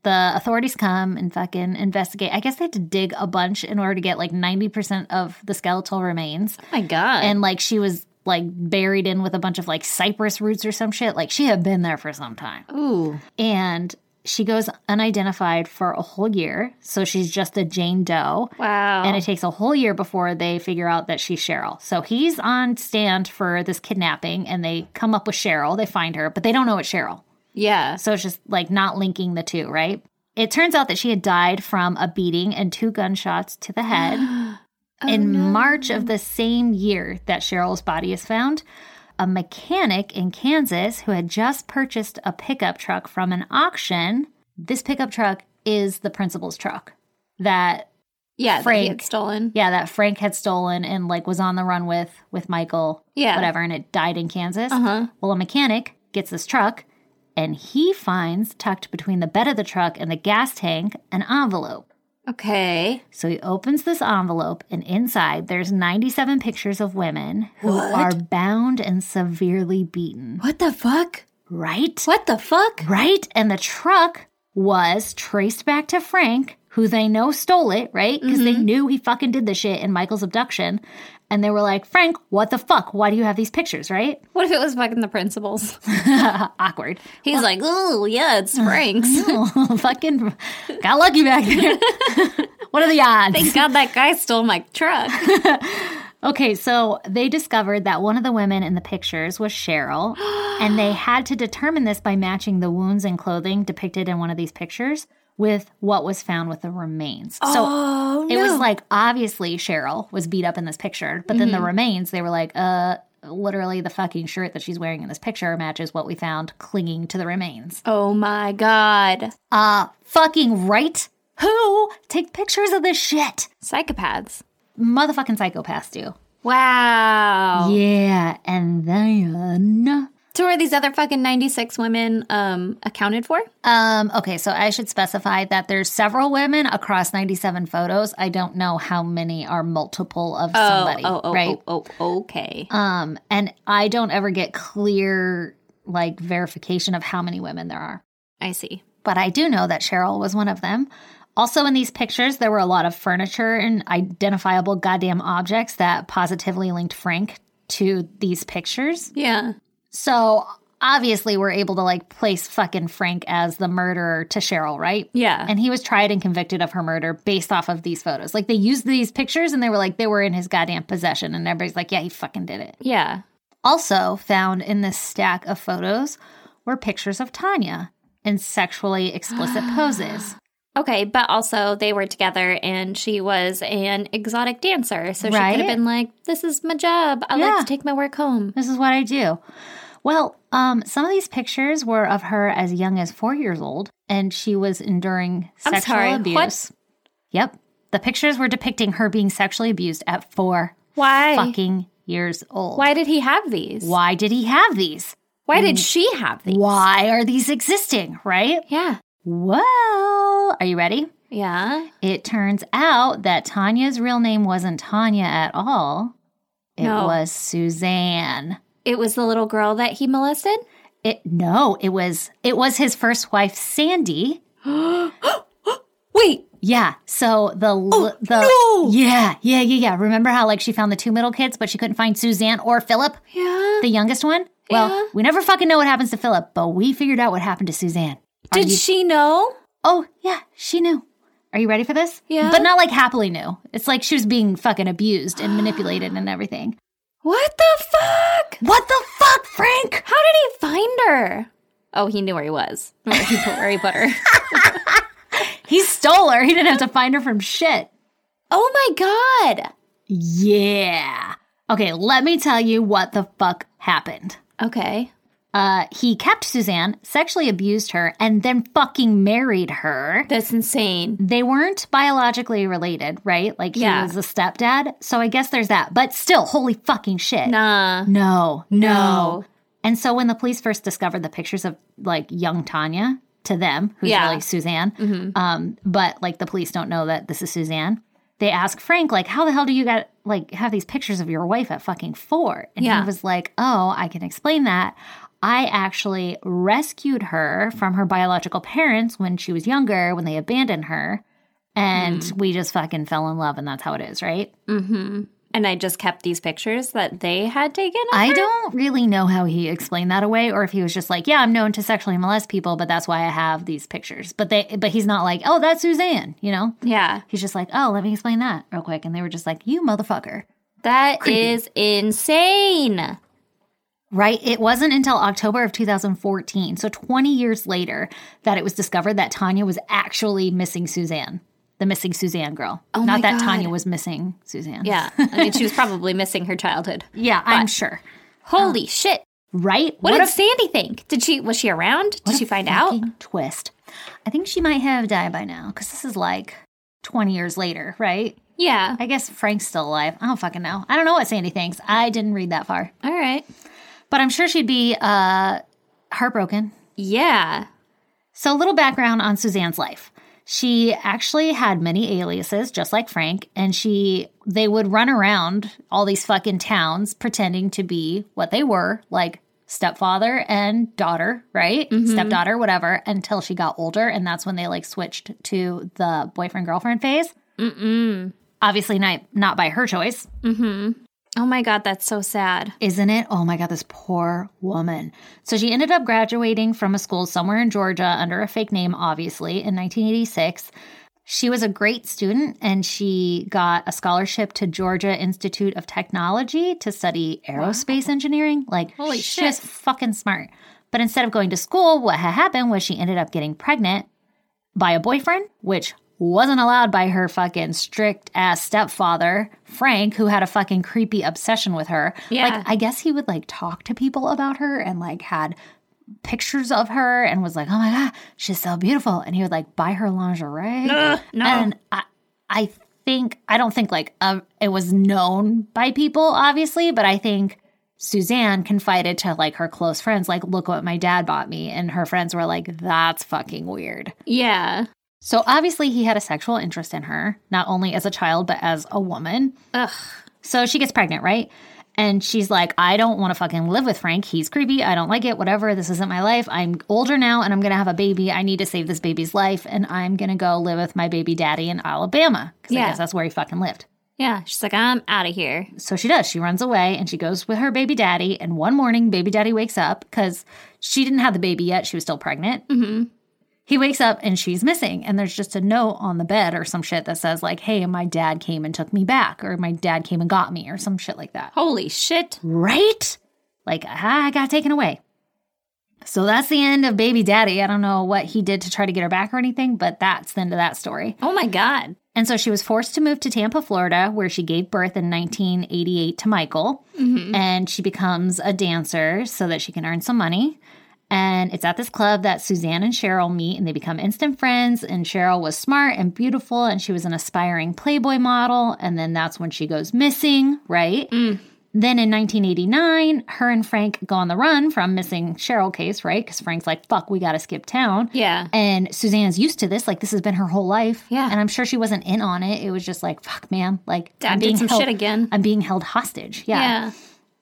S1: the authorities come and fucking investigate. I guess they had to dig a bunch in order to get like 90% of the skeletal remains.
S2: Oh my god.
S1: And like she was like buried in with a bunch of like cypress roots or some shit. Like she had been there for some time.
S2: Ooh.
S1: And she goes unidentified for a whole year. So she's just a Jane Doe.
S2: Wow.
S1: And it takes a whole year before they figure out that she's Cheryl. So he's on stand for this kidnapping and they come up with Cheryl. They find her, but they don't know it's Cheryl.
S2: yeah.
S1: So it's just like not linking the two, right? It turns out that she had died from a beating and two gunshots to the head in March of the same year that Cheryl's body is found. A mechanic in Kansas who had just purchased a pickup truck from an auction. This pickup truck is the principal's truck that
S2: Yeah. that he had
S1: Frank.
S2: stolen.
S1: yeah, that Frank had stolen and like was on the run with with Michael,
S2: Yeah.
S1: whatever, and it died in Kansas.
S2: Uh-huh.
S1: Well, a mechanic gets this truck, and he finds tucked between the bed of the truck and the gas tank an envelope.
S2: Okay.
S1: So he opens this envelope, and inside there's 97 pictures of women who
S2: What?
S1: are bound and severely beaten.
S2: What the fuck?
S1: Right?
S2: What the fuck?
S1: Right? And the truck was traced back to Frank, who they know stole it, right? Because they knew he fucking did the shit in Michael's abduction. And they were like, Frank, what the fuck? Why do you have these pictures, right? Uh,
S2: What if it was fucking the principals?
S1: Awkward.
S2: He's like, oh yeah, it's Frank's.
S1: Oh, fucking got lucky back there. what are the odds?
S2: Thank God that guy stole my truck.
S1: Okay, so they discovered that one of the women in the pictures was Cheryl, and they had to determine this by matching the wounds and clothing depicted in one of these pictures with what was found with the remains.
S2: Oh,
S1: so it was like obviously Cheryl was beat up in this picture, but then the remains, they were like, uh, literally the fucking shirt that she's wearing in this picture matches what we found clinging to the remains.
S2: Oh my god.
S1: Uh, fucking right? Who take pictures of this shit?
S2: Psychopaths.
S1: Motherfucking psychopaths do.
S2: Wow.
S1: Yeah, and then.
S2: So are these other fucking 96 women um accounted for?
S1: Um, okay, so I should specify that there's several women across 97 photos. I don't know how many are multiple of somebody,
S2: oh, oh,
S1: right?
S2: oh, oh, okay.
S1: Um, and I don't ever get clear like verification of how many women there are.
S2: I see.
S1: But I do know that Cheryl was one of them. Also in these pictures, there were a lot of furniture and identifiable goddamn objects that positively linked Frank to these pictures.
S2: Yeah.
S1: So obviously were able to like place fucking Frank as the murderer to Cheryl, right?
S2: Yeah.
S1: And he was tried and convicted of her murder based off of these photos. Like they used these pictures and they were like, they were in his goddamn possession. And everybody's like, yeah, he fucking did it.
S2: Yeah.
S1: Also found in this stack of photos were pictures of Tanya in sexually explicit poses.
S2: Okay, but also they were together and she was an exotic dancer. So she could
S1: Right.
S2: have been like, This is my job. I like
S1: Yeah.
S2: to take my work home.
S1: This is what I do. Well, um, some of these pictures were of her as young as four years old, and she was enduring
S2: I'm
S1: sexual
S2: sorry, what?
S1: abuse. Yep. The pictures were depicting her being sexually abused at four
S2: Why?
S1: fucking years old.
S2: Why did he have these?
S1: Why did he have these?
S2: Why did she have these?
S1: Why are these existing, right?
S2: Yeah.
S1: Well, are you ready?
S2: Yeah.
S1: It turns out that Tanya's real name wasn't Tanya at all. It
S2: No.
S1: was Suzanne.
S2: It was the little girl that he molested?
S1: It no, it was it was his first wife Sandy.
S2: Wait.
S1: Yeah. So the l the
S2: Oh, no!
S1: yeah, yeah, yeah, yeah. Remember how like she found the two middle kids but she couldn't find Suzanne or Philip,
S2: Yeah.
S1: the youngest one? Well,
S2: Yeah.
S1: we never fucking know what happens to Philip, but we figured out what happened to Suzanne. Are
S2: Did
S1: you-
S2: she know?
S1: Oh, yeah, she knew. Are you ready for this?
S2: Yeah.
S1: But not like happily knew. It's like she was being fucking abused and manipulated and everything.
S2: What the fuck?
S1: What the fuck, Frank?
S2: How did he find her? Oh, he knew where he was. Where he put, where he put her.
S1: He stole her. He didn't have to find her from shit.
S2: Oh my god.
S1: Yeah. Okay, let me tell you what the fuck happened.
S2: Okay.
S1: Uh, he kept Suzanne, sexually abused her, and then fucking married her.
S2: That's insane.
S1: They weren't biologically related, right? Like he
S2: Yeah.
S1: was a stepdad. So I guess there's that. But still, holy fucking shit.
S2: Nah.
S1: No,
S2: No.
S1: no. And so when the police first discovered the pictures of like young Tanya to them, who's
S2: Yeah. Mm-hmm.
S1: really Suzanne, um, but like the police don't know that this is Suzanne. They ask Frank, like, how the hell do you got like have these pictures of your wife at fucking four? And
S2: Yeah.
S1: he was like, oh, I can explain that. I actually rescued her from her biological parents when she was younger, when they abandoned her, and
S2: Mm.
S1: we just fucking fell in love, and that's how it is, right?
S2: And I just kept these pictures that they had taken. of
S1: I
S2: her?
S1: don't really know how he explained that away, or if he was just like, "Yeah, I'm known to sexually molest people, but that's why I have these pictures." But they, but he's not like, "Oh, that's Suzanne," you know.
S2: Yeah.
S1: He's just like, "Oh, let me explain that real quick," and they were just like, "You motherfucker!"
S2: that is insane.
S1: Right? It wasn't until October of 2014, so 20 years later, that it was discovered that Tanya was actually missing Suzanne, the missing Suzanne girl.
S2: Oh
S1: not
S2: my
S1: that
S2: God.
S1: Tanya was missing Suzanne.
S2: Yeah. I mean, she was probably missing her childhood.
S1: yeah, I'm sure.
S2: Holy shit.
S1: Right?
S2: What,
S1: a
S2: did Sandy think? Did she was she around? Did she find out?
S1: fucking twist. I think she might have died by now because this is like 20 years later, right?
S2: Yeah.
S1: I guess Frank's still alive. I don't fucking know. I don't know what Sandy thinks. I didn't read that far,
S2: All right.
S1: but I'm sure she'd be uh, heartbroken.
S2: Yeah.
S1: So, a little background on Suzanne's life. She actually had many aliases, just like Frank, and she they would run around all these fucking towns pretending to be what they were, like stepfather and daughter, right? Stepdaughter, whatever, until she got older, and that's when they like switched to the boyfriend girlfriend phase. Mm-mm. Obviously, not not by her choice,
S2: Oh my god, that's so sad.
S1: isn't it? Oh my God, this poor woman. So she ended up graduating from a school somewhere in Georgia under a fake name, obviously, in 1986. She was a great student and she got a scholarship to Georgia Institute of Technology to study aerospace engineering. Like,
S2: Holy
S1: she
S2: shit.
S1: was fucking smart. But instead of going to school, what had happened was she ended up getting pregnant by a boyfriend, which wasn't allowed by her fucking strict ass stepfather, Frank, who had a fucking creepy obsession with her.
S2: Yeah.
S1: Like, I guess he would like talk to people about her and like had pictures of her and was like, oh my God, she's so beautiful. And he would like buy her lingerie.
S2: no.
S1: And I, I think, I don't think like uh, it was known by people, obviously, but I think Suzanne confided to like her close friends, like, look what my dad bought me. And her friends were like, that's fucking weird.
S2: Yeah.
S1: So obviously, he had a sexual interest in her, not only as a child, but as a woman.
S2: Ugh.
S1: So she gets pregnant, right? And she's like, I don't want to fucking live with Frank. He's creepy. I don't like it. Whatever. This isn't my life. I'm older now and I'm going to have a baby. I need to save this baby's life. And I'm going to go live with my baby daddy in Alabama because
S2: Yeah.
S1: I guess that's where he fucking lived.
S2: Yeah. She's like, I'm out of here.
S1: So she does. She runs away and she goes with her baby daddy. And one morning, baby daddy wakes up because she didn't have the baby yet. She was still pregnant. Mm-hmm. He wakes up and she's missing. And there's just a note on the bed or some shit that says, like, hey, my dad came and took me back, or my dad came and got me, or some shit like that.
S2: Holy shit.
S1: Right? Like, ah, I got taken away. So that's the end of baby daddy. I don't know what he did to try to get her back or anything, but that's the end of that story.
S2: Oh my God.
S1: And so she was forced to move to Tampa, Florida, where she gave birth in 1988 to Michael. And she becomes a dancer so that she can earn some money. And it's at this club that Suzanne and Cheryl meet and they become instant friends. And Cheryl was smart and beautiful and she was an aspiring Playboy model. And then that's when she goes missing, right? Then in 1989, her and Frank go on the run from missing Cheryl case, right? Because Frank's like, fuck, we got to skip town.
S2: Yeah.
S1: And Suzanne's used to this. Like, this has been her whole life.
S2: Yeah.
S1: And I'm sure she wasn't in on it. It was just like, fuck, man. Like,
S2: Dad
S1: I'm
S2: did
S1: being
S2: some
S1: held,
S2: shit again.
S1: I'm being held hostage. Yeah.
S2: Yeah.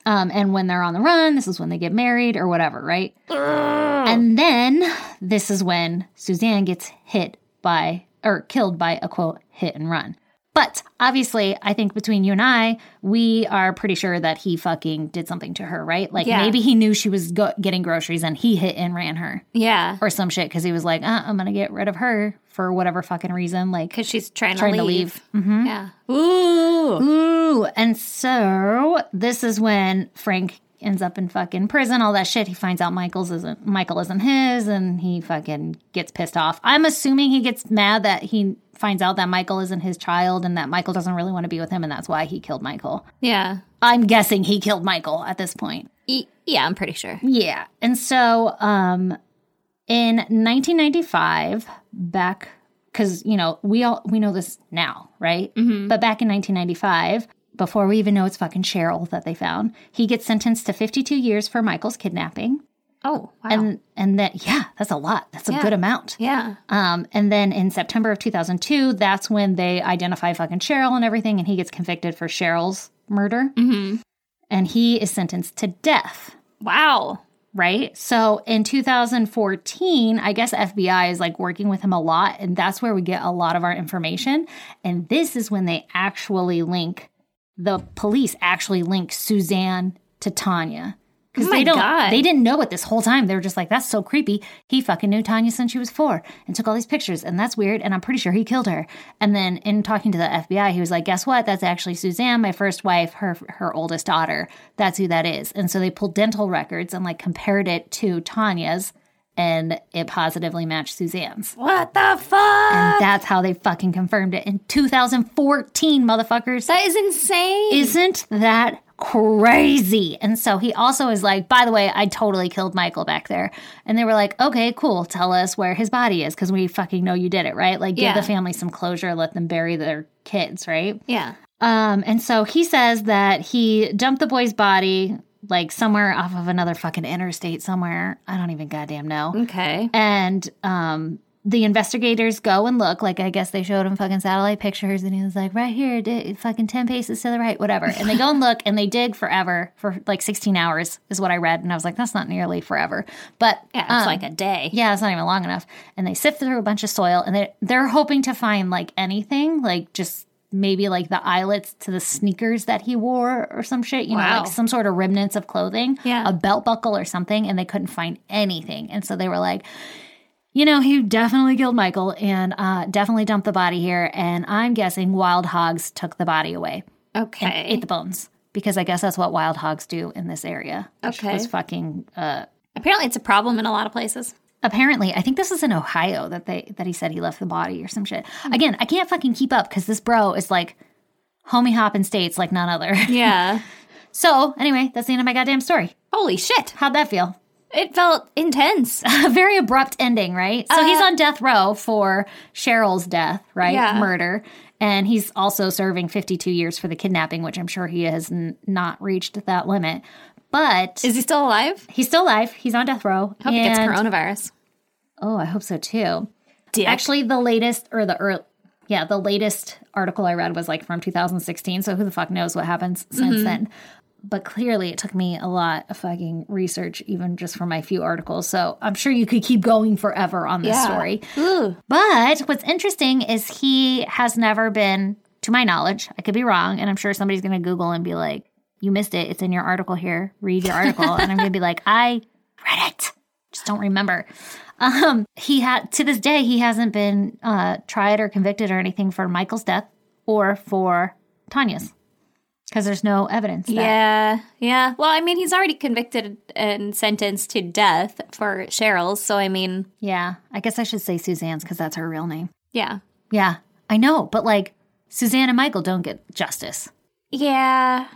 S1: Um, and when they're on the run, this is when they get married or whatever, right? And then this is when Suzanne gets hit by or killed by a quote hit and run. But obviously, I think between you and I, we are pretty sure that he fucking did something to her, right? Like
S2: Yeah.
S1: maybe he knew she was go- getting groceries and he hit and ran her
S2: Yeah.
S1: or some shit because he was like, uh, I'm gonna get rid of her for whatever fucking reason. Like,
S2: Because she's trying,
S1: Trying
S2: to
S1: to
S2: leave. Mm-hmm. Yeah. Ooh.
S1: Ooh, and so this is when Frank ends up in fucking prison, all that shit. He finds out Michael's isn't Michael isn't his and he fucking gets pissed off. I'm assuming he gets mad that he finds out that Michael isn't his child and that Michael doesn't really want to be with him and that's why he killed Michael.
S2: Yeah.
S1: I'm guessing he killed Michael at this point.
S2: E- yeah, I'm pretty sure.
S1: Yeah. And so um in 1995 back cuz you know, we all we know this now, right?
S2: Mm-hmm.
S1: But back in 1995 before we even know it's fucking Cheryl that they found, he gets sentenced to 52 years for Michael's kidnapping.
S2: Oh, wow.
S1: And and that yeah, that's a lot. That's a
S2: Yeah.
S1: good amount.
S2: yeah.
S1: Um, and then in September of 2002, that's when they identify fucking Cheryl and everything, and he gets convicted for Cheryl's murder. Mm-hmm. And he is sentenced to death
S2: Wow.
S1: right? So in 2014, I guess FBI is like working with him a lot, and that's where we get a lot of our information. And this is when they actually link the police actually link Suzanne to Tanya. Because
S2: Oh my
S1: they don't
S2: God.
S1: they didn't know it this whole time. They were just like, that's so creepy. He fucking knew Tanya since she was four and took all these pictures, and that's weird, and I'm pretty sure he killed her. And then in talking to the FBI, he was like, Guess what? That's actually Suzanne, my first wife, her her oldest daughter. That's who that is. And so they pulled dental records and like compared it to Tanya's and it positively matched Suzanne's.
S2: What the fuck?
S1: And that's how they fucking confirmed it in 2014, motherfuckers.
S2: That is insane.
S1: Isn't that crazy? And so he also is like, by the way, I totally killed Michael back there. And they were like, okay, cool. Tell us where his body is because we fucking know you did it, right? Like, give
S2: Yeah.
S1: the family some closure, let them bury their kids, right?
S2: yeah.
S1: Um, and so he says that he dumped the boy's body like somewhere off of another fucking interstate somewhere. I don't even goddamn know.
S2: Okay.
S1: And um, the investigators go and look. Like, I guess they showed him fucking satellite pictures, and he was like, right here, di- fucking 10 paces to the right, whatever. And they go and look, and they dig forever for like 16 hours, is what I read. And I was like, that's not nearly forever. But
S2: Yeah,
S1: um,
S2: it's like a day.
S1: yeah, it's not even long enough. And they sift through a bunch of soil, and they they're hoping to find like anything, like just maybe like the eyelets to the sneakers that he wore or some shit, you know,
S2: Wow.
S1: like some sort of remnants of clothing,
S2: Yeah.
S1: a belt buckle or something. And they couldn't find anything, and so they were like. You know, he definitely killed Michael and uh, definitely dumped the body here. And I'm guessing wild hogs took the body away,
S2: Okay.
S1: ate the bones, because I guess that's what wild hogs do in this area. which
S2: Okay.
S1: was fucking uh,
S2: Apparently, it's a problem in a lot of places.
S1: apparently i think this is in ohio that they that he said he left the body or some shit
S2: Hmm.
S1: again i can't fucking keep up because this bro is like homie hopping states like none other
S2: Yeah.
S1: so anyway that's the end of my goddamn story
S2: Holy shit.
S1: how'd that feel
S2: It felt intense.
S1: a very abrupt ending right so he's on death row for cheryl's death right
S2: Uh, Yeah.
S1: murder and he's also serving 52 years for the kidnapping which i'm sure he has n- not reached that limit but
S2: Is he still alive?
S1: he's still alive he's on death row
S2: Hope he gets
S1: and-
S2: coronavirus.
S1: oh i hope so too
S2: Dick.
S1: Actually, the latest or the early, yeah, the latest article I read was like from 2016. So who the fuck knows what happens since then? But clearly, it took me a lot of fucking research, even just for my few articles. So I'm sure you could keep going forever on this
S2: Yeah.
S1: story.
S2: Ooh.
S1: But what's interesting is he has never been to my knowledge. I could be wrong, and I'm sure somebody's going to Google and be like, "You missed it. It's in your article here. Read your article." and I'm going to be like, "I read it. Just don't remember." Um, he had to this day he hasn't been uh, tried or convicted or anything for Michael's death or for Tanya's because there's no evidence. That,
S2: Yeah, yeah. Well, I mean, he's already convicted and sentenced to death for Cheryl's. So, I mean,
S1: yeah. I guess I should say Suzanne's because that's her real name.
S2: yeah.
S1: Yeah, I know, but like Suzanne and Michael don't get justice.
S2: Yeah.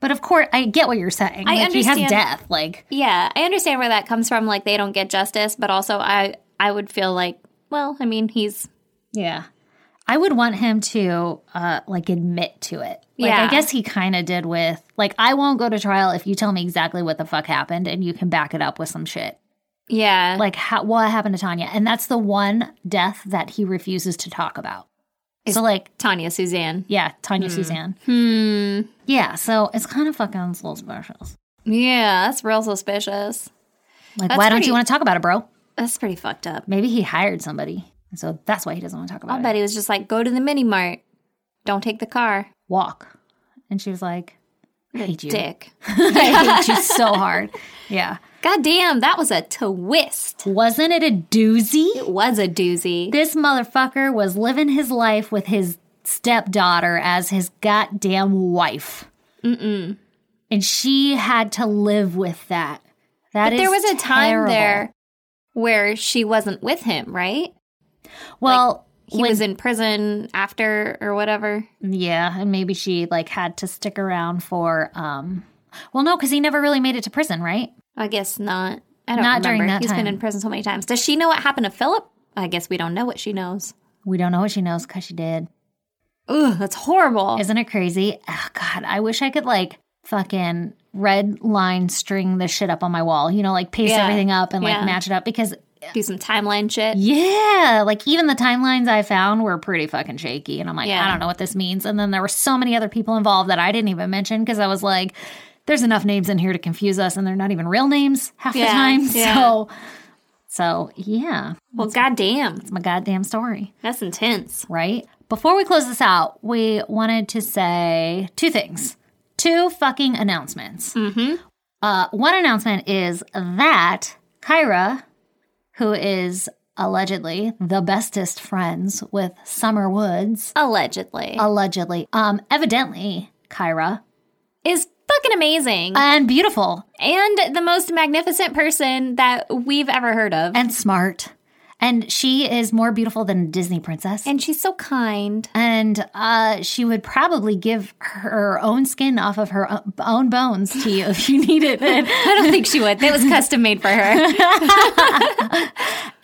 S1: But of course, I get what you're saying.
S2: I
S1: like, He
S2: understand.
S1: has death. Like,
S2: Yeah. I understand where that comes from. Like, they don't get justice, but also I, I would feel like, well, I mean, he's,
S1: yeah, I would want him to uh, like admit to it. Like,
S2: Yeah.
S1: I guess he kind of did with like I won't go to trial if you tell me exactly what the fuck happened and you can back it up with some shit.
S2: yeah.
S1: Like how, what happened to Tanya, and that's the one death that he refuses to talk about. so like,
S2: Tanya Suzanne.
S1: yeah, Tanya Suzanne.
S2: Hmm.
S1: Yeah, so it's kind of fucking soul specials.
S2: Yeah, that's real suspicious.
S1: Like,
S2: That's
S1: why don't
S2: pretty-
S1: you want to talk about it, bro?
S2: That's pretty fucked up.
S1: Maybe he hired somebody, and so that's why he doesn't want to talk about
S2: I
S1: it.
S2: bet he was just like, go to the mini mart. Don't take the car.
S1: Walk, and she was like, "I hate you,
S2: Dick.
S1: I hate you so hard." Yeah,
S2: God damn, that was a twist.
S1: wasn't it a doozy?
S2: It was a doozy.
S1: This motherfucker was living his life with his stepdaughter as his goddamn wife, Mm-mm. and she had to live with that. That
S2: But there
S1: is
S2: was a time
S1: terrible.
S2: there where she wasn't with him, right?
S1: Well,
S2: He was in prison after or whatever.
S1: Yeah, and maybe she like had to stick around for um well no cuz he never really made it to prison, right?
S2: I guess not. I don't
S1: Not
S2: remember.
S1: during that
S2: He's
S1: time.
S2: been in prison so many times. Does she know what happened to Philip? I guess we don't know what she knows.
S1: We don't know what she knows cuz she did.
S2: Ugh, that's horrible.
S1: Isn't it crazy? Oh, god, I wish I could like fucking red line string this shit up on my wall. You know, like paste
S2: Yeah.
S1: everything up and like
S2: Yeah.
S1: match it up because
S2: Do some timeline shit.
S1: yeah, like even the timelines I found were pretty fucking shaky and I'm like,
S2: Yeah.
S1: I don't know what this means. And then there were so many other people involved that I didn't even mention cuz I was like there's enough names in here to confuse us and they're not even real names half the
S2: Yeah,
S1: time.
S2: yeah.
S1: So so yeah.
S2: Well, goddamn.
S1: my goddamn story,
S2: That's intense.
S1: right? Before we close this out, we wanted to say two things. Two fucking announcements. Mm-hmm. Uh, one announcement is that Kyra, who is allegedly the bestest friends with Summer Woods,
S2: Allegedly.
S1: allegedly, um, evidently, Kyra,
S2: is fucking amazing.
S1: and beautiful
S2: and the most magnificent person that we've ever heard of.
S1: and smart. And she is more beautiful than a Disney princess.
S2: And she's so kind.
S1: and uh, she would probably give her own skin off of her o- own bones to you if you needed it.
S2: I don't think she would. That was custom made for her.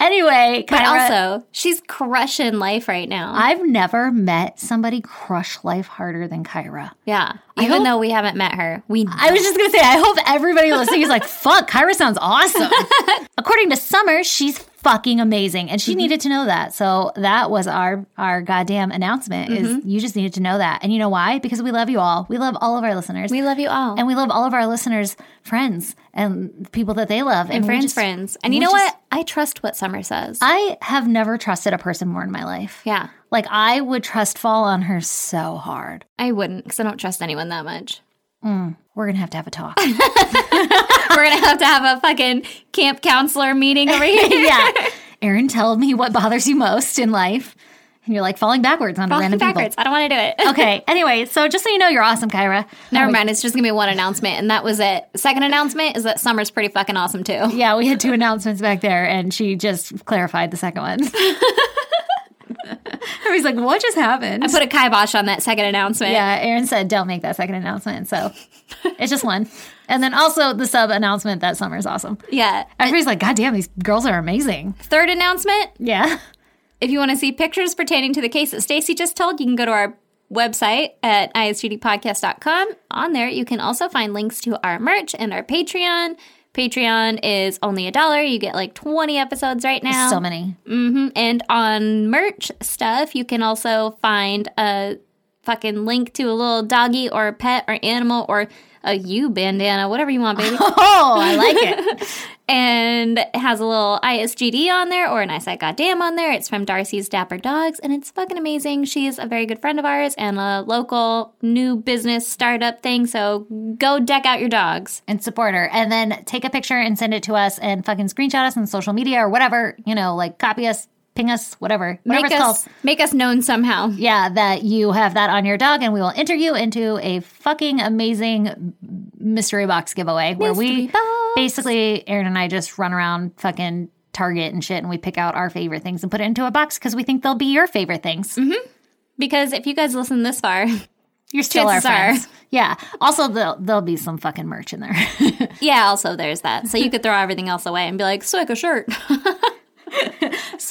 S1: Anyway,
S2: But
S1: Kyra,
S2: also, she's crushing life right now.
S1: I've never met somebody crush life harder than Kyra.
S2: Yeah. Even
S1: hope-
S2: though we haven't met her, we
S1: I was just gonna say, I hope everybody listening is like, "Fuck, Kyra sounds awesome." According to Summer, she's fucking amazing, and she needed to know that. So that was our our goddamn announcement. Is you just needed to know that, and you know why? Because we love you all. We love all of our listeners.
S2: we love you all.
S1: And we love all of our listeners, friends, and people that they love. And, we
S2: friends,
S1: just-
S2: friends. And you know
S1: just-
S2: what? I trust what Summer says.
S1: I have never trusted a person more in my life.
S2: yeah.
S1: Like, I would trust fall on her so hard.
S2: I wouldn't because I don't trust anyone that much.
S1: We're going to have to have a talk.
S2: We're going to have to have a fucking camp counselor meeting over here.
S1: yeah. Erin, tell me what bothers you most in life. And you're like falling backwards on
S2: Walking
S1: random Oh,
S2: backwards. I don't want to do it.
S1: people. Okay. Anyway, so just so you know, you're awesome, Kyra. Um,
S2: Never mind. It's just going to be one announcement. And that was it. Second announcement is that Summer's pretty fucking awesome too.
S1: Yeah, we had two announcements back there, and she just clarified the second one. Everybody's like, what just happened?
S2: Put a kibosh on that second announcement.
S1: Yeah, Aaron said don't make that second announcement. So it's just one. And then also the sub announcement that summer's awesome.
S2: Yeah.
S1: Everybody's like, God damn, these girls are amazing.
S2: Third announcement
S1: Yeah.
S2: if you want to see pictures pertaining to the case that Stacy just told, you can go to our website at isgdpodcast.com. On there, you can also find links to our merch and our Patreon. Patreon is only a dollar. You get like 20 episodes right now.
S1: So many.
S2: Mhm. And on merch stuff, you can also find a fucking link to a little doggy or a pet or animal or a U bandana, whatever you want, baby.
S1: Oh, I like it.
S2: and it has a little ISGD on there or an eyesight goddamn on there. It's from Darcy's Dapper Dogs and it's fucking amazing. She is a very good friend of ours and a local new business startup thing. So go deck out your dogs.
S1: and support her. And then take a picture and send it to us and fucking screenshot us on social media or whatever, you know, like copy us, ping us, whatever. Whatever
S2: Make
S1: it's
S2: us,
S1: called.
S2: make us known somehow.
S1: Yeah, that you have that on your dog and we will enter you into a fucking amazing mystery box giveaway where we
S2: Mystery box.
S1: basically Aaron and I just run around fucking Target and shit and we pick out our favorite things and put it into a box because we think they'll be your favorite things.
S2: Mm-hmm. Because if you guys listen this far,
S1: You're still our
S2: Chances are.
S1: friends. Yeah. Also, there'll, there'll be some fucking merch in there.
S2: yeah, also there's that. So you could throw everything else away and be like, sick a shirt.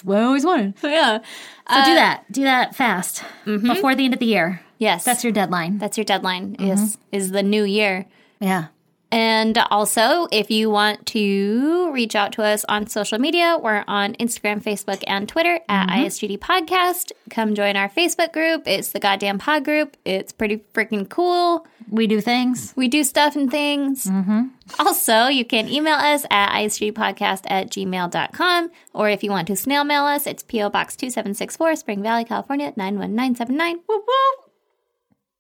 S1: we always wanted.
S2: yeah.
S1: So
S2: Uh,
S1: do that. Do that fast
S2: Mm-hmm.
S1: before the end of the year.
S2: Yes.
S1: That's your Mm-hmm. deadline.
S2: that's your deadline is is the new year.
S1: Yeah.
S2: And also, if you want to reach out to us on social media, we're on Instagram, Facebook, and Twitter
S1: Mm-hmm.
S2: at ISGD Podcast. Come join our Facebook group. It's the Goddamn Pod Group. It's pretty freaking cool.
S1: We do things.
S2: We do stuff and things.
S1: Mm-hmm.
S2: Also, you can email us at isgdpodcast at gmail.com. Or if you want to snail mail us, it's P.O. Box 2764, Spring Valley, California, 91979. Whoop, whoop.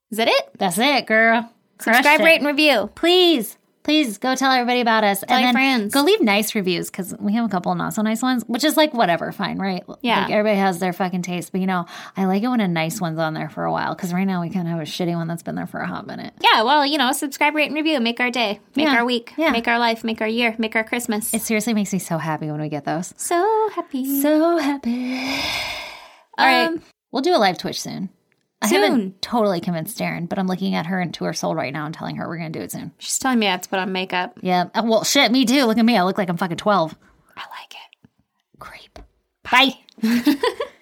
S2: Is that it?
S1: That's it, girl. Crushed
S2: Subscribe,
S1: it.
S2: rate, and review.
S1: Please, please go tell everybody about us. and
S2: your
S1: then
S2: friends.
S1: Go leave nice reviews because we have a couple of not so nice ones, which is like whatever, fine, right?
S2: Yeah.
S1: Like everybody has their fucking taste. But you know, I like it when a nice one's on there for a while because right now we kind of have a shitty one that's been there for a hot minute.
S2: Yeah, well, you know, subscribe, rate, and review. Make our day, make
S1: Yeah,
S2: our week,
S1: yeah.
S2: make our life, make our year, make our Christmas.
S1: It seriously makes me so happy when we get those.
S2: so happy.
S1: So happy. All right.
S2: Um,
S1: We'll do a live Twitch soon. I
S2: Soon.
S1: haven't totally convinced Darren, but I'm looking at her into her soul right now and telling her we're going to do it soon.
S2: She's telling me I have to put on makeup.
S1: Yeah. Oh, Well, shit, me too. Look at me. I look like I'm fucking 12.
S2: I like it.
S1: Creep. Bye.